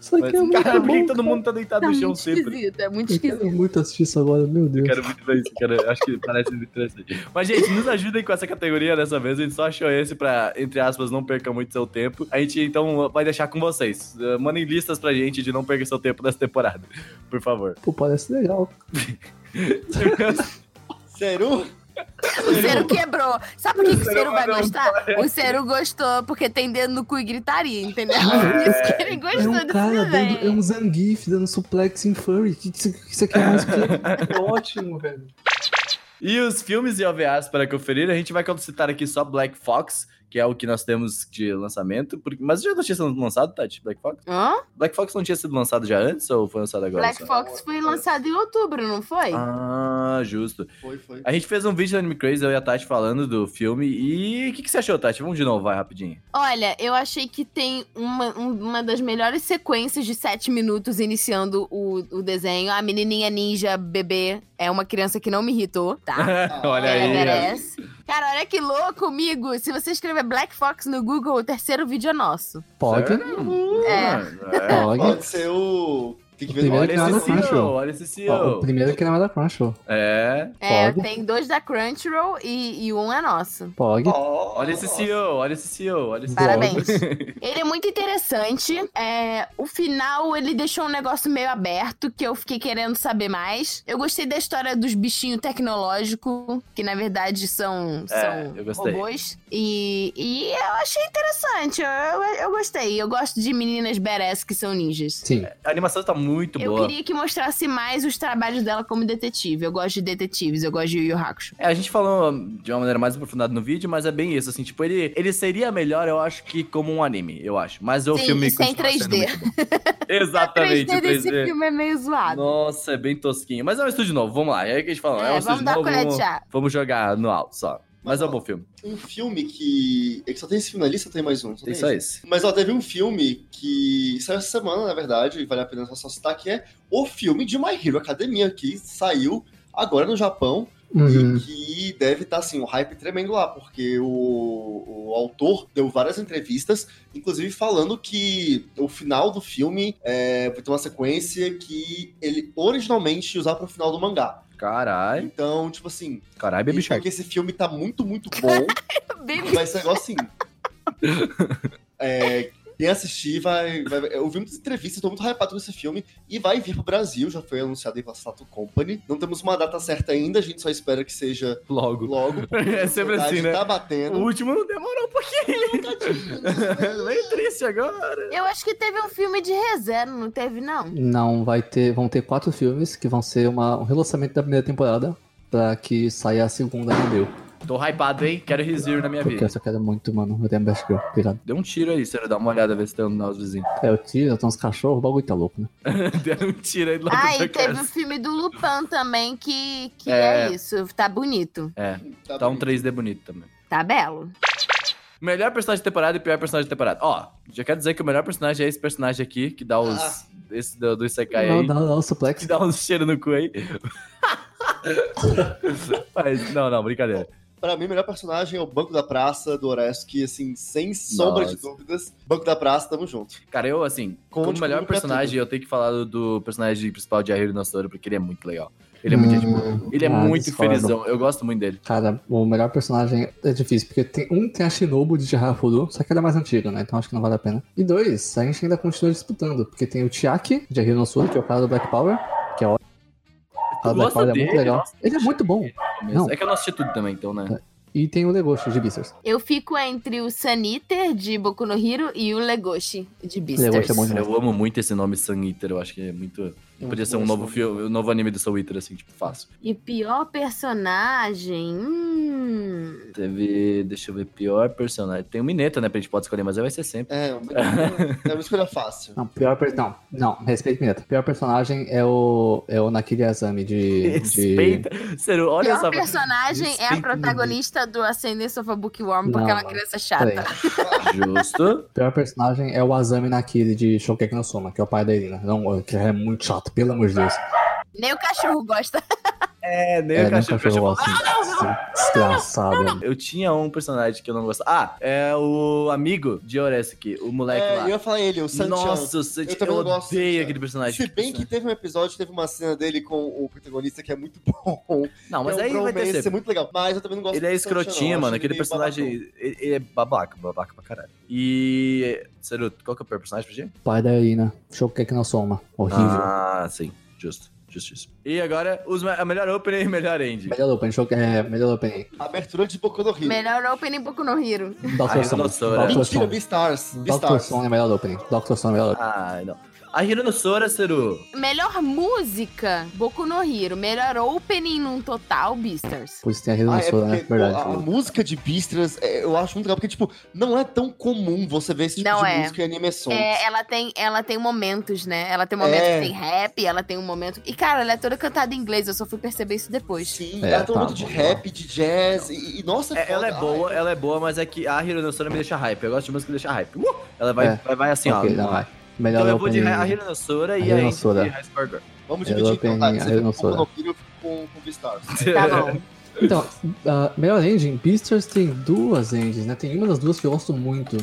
Speaker 4: Isso aqui
Speaker 2: Mas,
Speaker 4: é muito
Speaker 2: cara, por que
Speaker 4: bom,
Speaker 2: que todo mundo tá deitado
Speaker 5: Tá
Speaker 2: no chão
Speaker 5: muito
Speaker 2: sempre?
Speaker 5: esquisito, é muito
Speaker 4: Eu
Speaker 5: esquisito.
Speaker 4: quero muito assistir isso agora, meu Deus.
Speaker 2: Quero muito ver isso, cara. Acho que parece muito interessante. Mas, gente, nos ajudem com essa categoria dessa vez. A gente só achou esse pra, entre aspas, não perca muito seu tempo. A gente, então, vai deixar com vocês. Eh, Mandem listas pra gente de não perca seu tempo dessa temporada, por favor.
Speaker 4: Pô, parece legal.
Speaker 6: Sério?
Speaker 5: O Cero quebrou. Sabe por que, que o Cero vai
Speaker 2: mandou um
Speaker 5: gostar? O Cero gostou porque tem dedo no cu e gritaria, entendeu? Por isso que ele
Speaker 4: É
Speaker 5: gostou
Speaker 4: um cara,
Speaker 5: desse
Speaker 4: dando, é
Speaker 5: desenho.
Speaker 4: um Zangief dando suplex em furry. O que que você que você quer mais que É ótimo, velho.
Speaker 2: E os filmes e OVAs para conferir, a gente vai citar aqui só Black Fox, que é o que nós temos de lançamento. porque- Mas já não tinha sido lançado, Tati? Black Fox?
Speaker 4: é um
Speaker 5: Hã?
Speaker 2: Black Fox não tinha sido lançado já antes ou foi lançado agora?
Speaker 5: Black
Speaker 2: só?
Speaker 5: Fox foi lançado em outubro, não foi?
Speaker 2: Ah, justo.
Speaker 6: Foi, foi.
Speaker 2: A gente fez um vídeo do Anime Crazy, eu e a Tati falando do filme. E o que, que você achou, Tati? Vamos de novo, vai rapidinho.
Speaker 5: Olha, eu achei que tem uma, um- uma das melhores sequências de sete minutos iniciando o, o desenho. A menininha ninja bebê é uma criança que não me irritou, tá?
Speaker 2: Olha
Speaker 5: Ela
Speaker 2: aí.
Speaker 5: merece. Cara, olha que louco, amigo. Se você escrever Black Fox no Google, o terceiro vídeo é nosso.
Speaker 4: Pode?
Speaker 2: Sério?
Speaker 5: É.
Speaker 2: Ah,
Speaker 4: Pode.
Speaker 6: Pode ser o Tem que
Speaker 4: O
Speaker 6: ver no
Speaker 2: Olha
Speaker 4: primeiro
Speaker 6: olho.
Speaker 4: cara
Speaker 2: esse
Speaker 4: do
Speaker 2: CEO,
Speaker 4: Crunchyroll.
Speaker 2: olha esse
Speaker 4: Ó,
Speaker 2: CEO.
Speaker 4: o primeiro que não é da Crunchyroll.
Speaker 2: É.
Speaker 5: É,
Speaker 4: Pode.
Speaker 5: tem dois da Crunchyroll e, e um é nosso.
Speaker 4: Pog.
Speaker 2: Olha esse CEO, olha esse CEO, olha esse
Speaker 4: Bora.
Speaker 5: Parabéns. ele é muito interessante. É, o final, ele deixou um negócio meio aberto, que eu fiquei querendo saber mais. Eu gostei da história dos bichinhos tecnológicos, que na verdade são,
Speaker 2: É,
Speaker 5: são
Speaker 2: eu gostei.
Speaker 5: robôs. E, e eu achei interessante. Eu, eu, eu gostei. Eu gosto de meninas badass que são ninjas.
Speaker 4: Sim.
Speaker 2: A animação tá muito
Speaker 5: Eu
Speaker 2: boa.
Speaker 5: queria que mostrasse mais os trabalhos dela como detetive. Eu gosto de detetives, eu gosto de Yu Yu Hakusho.
Speaker 2: É, a gente falou de uma maneira mais aprofundada no vídeo, mas é bem isso, assim, tipo, ele, ele seria melhor, eu acho, que como um anime, eu acho. Mas o
Speaker 5: Sim,
Speaker 2: um
Speaker 5: é
Speaker 2: filme
Speaker 5: e sem
Speaker 2: continua sendo muito
Speaker 5: 3D.
Speaker 2: bom. Exatamente,
Speaker 5: A
Speaker 2: 3D.
Speaker 5: 3D desse filme é meio zoado.
Speaker 2: Nossa, é bem tosquinho. Mas é um estúdio novo, vamos lá. É o que a gente falou. É, um
Speaker 5: É, vamos
Speaker 2: estúdio
Speaker 5: dar
Speaker 2: novo.
Speaker 5: colher de
Speaker 2: Vamos,
Speaker 5: chá.
Speaker 2: vamos jogar no alto só. Mas é um bom filme.
Speaker 6: Um filme que. É que só tem esse filme na lista ou tem mais um? Só
Speaker 2: É
Speaker 6: tem
Speaker 2: só isso.
Speaker 6: Mas ó, teve um filme que saiu essa semana, na verdade, e vale a pena só só citar, que é o filme de My Hero Academia, que saiu agora no Japão
Speaker 4: Uhum.
Speaker 6: e que deve estar assim, um hype tremendo lá, porque o, o autor deu várias entrevistas, inclusive falando que o final do filme é, vai ter uma sequência que ele originalmente usava pro final do mangá.
Speaker 2: Caralho.
Speaker 6: Então, tipo assim,
Speaker 2: Caralho, É? Baby Shark.
Speaker 6: porque esse filme tá muito, muito bom.
Speaker 5: Baby
Speaker 6: Vai ser igual assim. É, quem assistir vai, vai- Eu vi muitas entrevistas, tô muito hypado com esse filme. E vai vir pro Brasil, já foi anunciado em Vassato Company. Não temos uma data certa ainda, a gente só espera que seja
Speaker 2: Logo.
Speaker 6: logo.
Speaker 2: É sempre
Speaker 6: A
Speaker 2: assim,
Speaker 6: ansiedade
Speaker 2: né?
Speaker 6: Tá
Speaker 2: O
Speaker 6: batendo.
Speaker 2: último não demorou um pouquinho. Meio triste agora.
Speaker 5: Eu acho que teve um filme de reserva, não teve, não?
Speaker 4: Não, vai ter. Vão ter quatro filmes que vão ser uma, um relançamento da primeira temporada pra que saia a segunda em abril.
Speaker 2: Tô hypado, hein? Quero ReZero na minha
Speaker 4: Porque
Speaker 2: vida.
Speaker 4: eu só quero muito, mano. Eu tenho Best Girl, obrigado.
Speaker 2: Deu um tiro aí, você dá uma olhada, ver se tem um nosso vizinho.
Speaker 4: É, eu tiro, eu tenho uns cachorros, o bagulho tá louco, né?
Speaker 2: Deu um tiro aí do lado
Speaker 5: Ah,
Speaker 2: da
Speaker 5: e teve o
Speaker 2: casa.
Speaker 5: filme do Lupin também, que, que
Speaker 2: É.
Speaker 5: é. isso. Tá bonito.
Speaker 2: É,
Speaker 6: Tá
Speaker 2: tá um
Speaker 6: bom.
Speaker 2: 3D bonito também.
Speaker 5: Tá belo.
Speaker 2: Melhor personagem de temporada e pior personagem de temporada. Ó, já quero dizer que o melhor personagem é esse personagem aqui, que dá os.
Speaker 6: Ah.
Speaker 2: Esse do, do Isekai
Speaker 4: não,
Speaker 2: aí.
Speaker 4: não, não,
Speaker 2: Que
Speaker 4: suplex.
Speaker 2: dá uns cheiro no cu aí. Mas, não, não, brincadeira.
Speaker 6: Pra mim, o melhor personagem é o Banco da Praça do Orestes, que, assim, sem sombra de
Speaker 2: Nossa.
Speaker 6: dúvidas, Banco da Praça, tamo junto.
Speaker 2: Cara, eu, assim, como
Speaker 6: Conte
Speaker 2: melhor
Speaker 6: comigo pra
Speaker 2: personagem, eu tenho que falar do, do personagem principal de Ahiro Nostoro, porque ele é muito legal. Ele é muito gente boa. Ele é
Speaker 4: ah,
Speaker 2: muito
Speaker 4: discordo.
Speaker 2: felizão. Eu gosto muito dele.
Speaker 4: Cara, o melhor personagem é difícil, porque tem um tem a Shinobu de Jirafuru, só que ela é mais antiga, né? Então acho que não vale a pena. E dois, a gente ainda continua disputando, porque tem o Tiaki de Hirosuru, que é o cara do Black Power, que é ótimo. O cara do Black
Speaker 2: gosta
Speaker 4: Power é
Speaker 2: dele?
Speaker 4: muito legal.
Speaker 2: Nossa,
Speaker 4: Ele é muito bom. Não.
Speaker 2: É que eu não assisti tudo também, então, né?
Speaker 4: E tem o Legoshi de Beasters.
Speaker 5: Eu fico entre o Saniter, de Boku no Hero, e o Legoshi, de Beasters.
Speaker 4: Legoshi é bom demais.
Speaker 2: Eu amo muito esse nome Sun Eater, eu acho que é muito. Podia ser um novo filme, um novo anime do Soul Eater, assim, tipo, fácil.
Speaker 5: E pior personagem... Hum...
Speaker 2: Teve. Deixa eu ver, pior personagem. Tem o Mineta, né? Pra gente pode escolher, mas aí vai ser sempre.
Speaker 6: É, é uma escolha fácil.
Speaker 4: Não, pior per... Não, não, respeito mineta. Pior personagem é o. É o Nakiri Azami de. de...
Speaker 2: Respeita. Sério, olha
Speaker 5: Pior
Speaker 2: essa.
Speaker 5: personagem é a
Speaker 2: Respeita
Speaker 5: protagonista do Ascendência of a Bookworm, porque
Speaker 4: Não,
Speaker 5: ela é uma criança chata.
Speaker 4: Peraí.
Speaker 2: Justo.
Speaker 4: Pior personagem é o Azami Nakiri de Shokeki no Soma, que é o pai da Irina. Não, que é muito chato, pelo amor de Deus.
Speaker 2: Ah,
Speaker 5: Nem o cachorro gosta.
Speaker 2: É, nem
Speaker 4: é,
Speaker 2: o
Speaker 4: nem
Speaker 2: cachorro.
Speaker 4: cachorro assim, Desgraçado.
Speaker 2: Eu tinha um personagem que eu não gostava. Ah, é o amigo de Oresuki, o moleque
Speaker 6: É, eu
Speaker 2: lá.
Speaker 6: ia falar ele, o Sanchan.
Speaker 2: Nossa, o Sanji,
Speaker 6: Eu
Speaker 2: eu,
Speaker 6: também não gosto do
Speaker 2: odeio
Speaker 6: Sanji.
Speaker 2: aquele personagem.
Speaker 6: Se bem que teve um episódio, teve uma cena dele com o protagonista que é muito bom.
Speaker 2: Não, Ah, mas
Speaker 6: é um
Speaker 2: aí vai ter
Speaker 6: bromance, é
Speaker 2: sempre.
Speaker 6: muito legal. Mas eu também não gosto
Speaker 2: Ele é
Speaker 6: do Sanji, não.
Speaker 2: escrotinho,
Speaker 6: Eu
Speaker 2: mano.
Speaker 6: acho
Speaker 2: Aquele
Speaker 6: ele meio
Speaker 2: personagem.
Speaker 6: babacão.
Speaker 2: Ele ele é babaca, babaca pra caralho. E. Sério, qual que é o pior personagem pra gente?
Speaker 4: Pai da Irina, Shokeki no Soma. Horrível.
Speaker 2: Ah, sim. Justo. Justíssimo. E agora, os, me- a melhor opening e melhor end.
Speaker 4: Melhor open, Shok- é, melhor open.
Speaker 6: Abertura de Boku no Rio.
Speaker 5: Melhor opening Boku no Hero.
Speaker 4: Dr.
Speaker 2: Ah,
Speaker 4: Son.
Speaker 2: eu sou, né?
Speaker 4: Dr.
Speaker 6: Mentira,
Speaker 4: Son.
Speaker 6: Beastars.
Speaker 4: Dr.
Speaker 6: Beastars.
Speaker 4: Son é melhor opening. Dr. Son é melhor opening.
Speaker 2: Ah, não. A Hirano Sora, Seru.
Speaker 5: Melhor música, Boku no Hiro. Melhor opening num total, Beasters.
Speaker 4: Por isso tem a Rino
Speaker 6: Ah,
Speaker 4: ah,
Speaker 6: é
Speaker 4: né?
Speaker 6: porque, pô,
Speaker 4: Verdade.
Speaker 6: a, a música de Beastars é, eu acho muito legal, porque, tipo, não é tão comum você ver esse tipo
Speaker 5: Não
Speaker 6: de
Speaker 5: é.
Speaker 6: música em anime songs.
Speaker 5: É, ela tem, ela tem momentos, né? Ela tem um momento
Speaker 6: É.
Speaker 5: que tem rap, ela tem um momento. E, cara, ela é toda cantada em inglês, eu só fui perceber isso depois.
Speaker 6: Sim,
Speaker 4: É,
Speaker 6: ela tem um
Speaker 4: tá,
Speaker 6: monte de
Speaker 4: bom,
Speaker 6: rap, de jazz, e, e- nossa,
Speaker 2: É, ela é
Speaker 6: foda.
Speaker 2: boa,
Speaker 6: Ai,
Speaker 2: ela é boa, mas é que a Hirano Sora me deixa hype. Eu gosto de música que deixa hype. Uh! Ela vai,
Speaker 4: É.
Speaker 2: vai, vai assim,
Speaker 4: Ok,
Speaker 2: ó.
Speaker 4: não vai. Melhor
Speaker 2: Então eu vou de
Speaker 4: opening.
Speaker 2: Ra- a Hirano Sora e
Speaker 4: A
Speaker 2: a
Speaker 4: Hirano
Speaker 2: End
Speaker 4: Sora.
Speaker 2: de High Score Girl.
Speaker 6: Vamos
Speaker 4: Ela
Speaker 6: dividir então, tá?
Speaker 4: tem-
Speaker 6: Você
Speaker 4: eu não
Speaker 6: fica
Speaker 4: sou,
Speaker 6: com o Boku no Hero, eu fico com, com Beastars.
Speaker 5: Tá bom.
Speaker 4: Então, a melhor engine, Beasters tem duas engines, né? Tem uma das duas que eu gosto muito.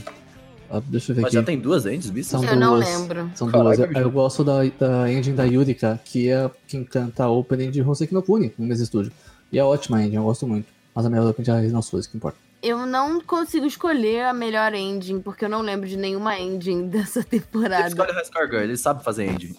Speaker 4: Ah, deixa eu ver
Speaker 2: Mas
Speaker 4: aqui.
Speaker 2: já tem duas ends, bicho?
Speaker 4: São
Speaker 5: Eu não
Speaker 4: duas.
Speaker 5: lembro.
Speaker 4: São
Speaker 2: Caraca,
Speaker 4: duas. Eu,
Speaker 2: bicho.
Speaker 4: eu gosto da, da engine da Yurika, que é quem canta a opening de Hoseki no Pune, no mesmo estúdio. E é ótima a engine, eu gosto muito. Mas a melhor opening é a Resident Evil, que importa.
Speaker 5: Eu não consigo escolher a melhor ending, porque eu não lembro de nenhuma ending dessa
Speaker 2: Ele
Speaker 5: temporada.
Speaker 2: escolhe High Score Girl, ele sabe fazer ending.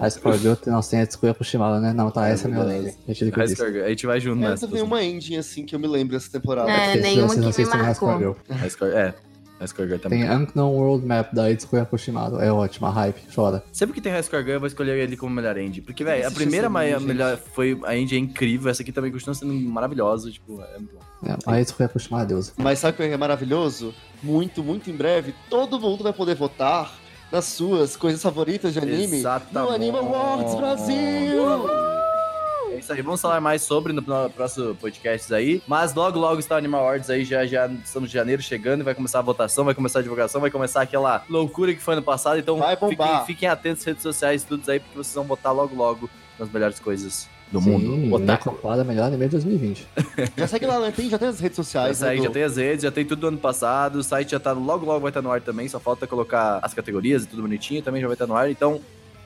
Speaker 4: A Score Girl, nós tem a escolha pro Shimada, né? Não, tá, essa é a minha
Speaker 2: verdade.
Speaker 4: engine. Retiro o que eu
Speaker 2: High
Speaker 4: disse.
Speaker 2: Score Girl, a gente vai junto
Speaker 6: Eu não
Speaker 2: nessa.
Speaker 6: teve nenhuma ending assim que eu me lembro dessa temporada.
Speaker 5: É,
Speaker 4: Vocês-
Speaker 5: nenhuma
Speaker 4: vocês
Speaker 5: que me
Speaker 4: assistem a
Speaker 5: marcou.
Speaker 4: High Score Girl.
Speaker 2: High Score, é. High Score Girl também.
Speaker 4: Tem Unknown World Map da Itsukuya Kushimado. É ótima, hype, chora.
Speaker 2: Sempre que tem High Score Girl, eu vou escolher ele como melhor end. Porque, velho, a
Speaker 6: Existe
Speaker 2: primeira
Speaker 6: essa
Speaker 2: ma-
Speaker 6: ending, gente.
Speaker 2: melhor foi. A end é incrível, essa aqui também continua sendo maravilhosa. Tipo, é muito bom.
Speaker 4: É, a Itsukuya Kushimado, deusa.
Speaker 6: Mas sabe o que é maravilhoso? Muito, muito em breve, todo mundo vai poder votar nas suas coisas favoritas de anime no
Speaker 2: Exatamente.
Speaker 6: Anime Awards Brasil!
Speaker 2: É isso aí, vamos falar mais sobre no pro- próximo podcast aí. Mas logo, logo está o Animal Awards aí, já, já estamos em janeiro chegando, vai começar a votação, vai começar a divulgação, vai começar aquela loucura que foi ano passado. Então
Speaker 6: Vai bombar.
Speaker 2: Fiquem, fiquem atentos às redes sociais, tudo aí, porque vocês vão votar logo, logo nas melhores coisas do
Speaker 6: né?
Speaker 4: Sim,
Speaker 2: mundo.
Speaker 4: minha
Speaker 2: Otaku.
Speaker 4: copada melhor anime de 2020.
Speaker 6: Já segue lá, né? Tem, já tem as redes sociais.
Speaker 2: Essa aí
Speaker 6: né,
Speaker 2: já
Speaker 6: do-
Speaker 2: tem as redes, já tem tudo do ano passado, o site já tá logo, logo vai estar no ar também, só falta colocar as categorias e tudo bonitinho, também já vai estar no ar, então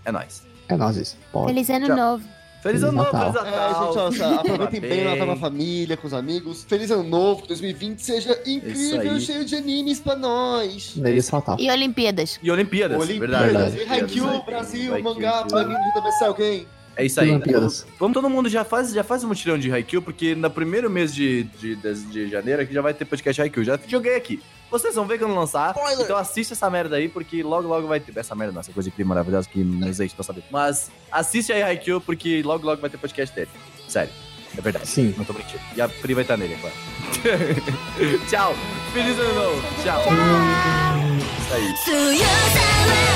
Speaker 2: é nóis.
Speaker 4: É nós isso. Pode.
Speaker 1: Feliz ano novo.
Speaker 2: Feliz ano novo,
Speaker 4: Natal.
Speaker 2: feliz
Speaker 6: É,
Speaker 2: Natal.
Speaker 6: gente, ó, sa- aproveitem bem, Natal com a
Speaker 2: Parabéns.
Speaker 6: família, com os amigos. Feliz ano novo, que 2020 seja incrível,
Speaker 2: aí.
Speaker 6: cheio de animes pra nós.
Speaker 4: Feliz Natal.
Speaker 1: E Olimpíadas.
Speaker 2: E Olimpíadas,
Speaker 6: Olimpíadas,
Speaker 2: verdade.
Speaker 4: Verdade.
Speaker 6: e
Speaker 2: Olimpíadas
Speaker 6: Haikyuu,
Speaker 2: aí.
Speaker 6: Brasil,
Speaker 2: Haikyuu,
Speaker 6: mangá,
Speaker 2: Haikyuu.
Speaker 6: Panini, de DBC, alguém.
Speaker 2: É isso aí.
Speaker 4: Olimpíadas.
Speaker 2: Vamos, todo mundo já faz, já faz um mutirão de Haikyuu, porque no primeiro mês de, de, de, de janeiro aqui já vai ter podcast Haikyuu. Já joguei aqui. Vocês vão ver quando lançar.
Speaker 6: Spoiler!
Speaker 2: Então assiste essa merda aí, porque logo, logo vai ter. Essa merda, nossa, coisa incrível, maravilhosa, que não sei se tá sabendo. Mas assiste aí Haikyuu, porque logo, logo vai ter podcast dele. Sério. É verdade.
Speaker 4: Sim.
Speaker 2: Não tô mentindo. E a Pri vai estar nele agora. Tchau. Feliz ano novo. Tchau. Isso aí.
Speaker 1: 強さは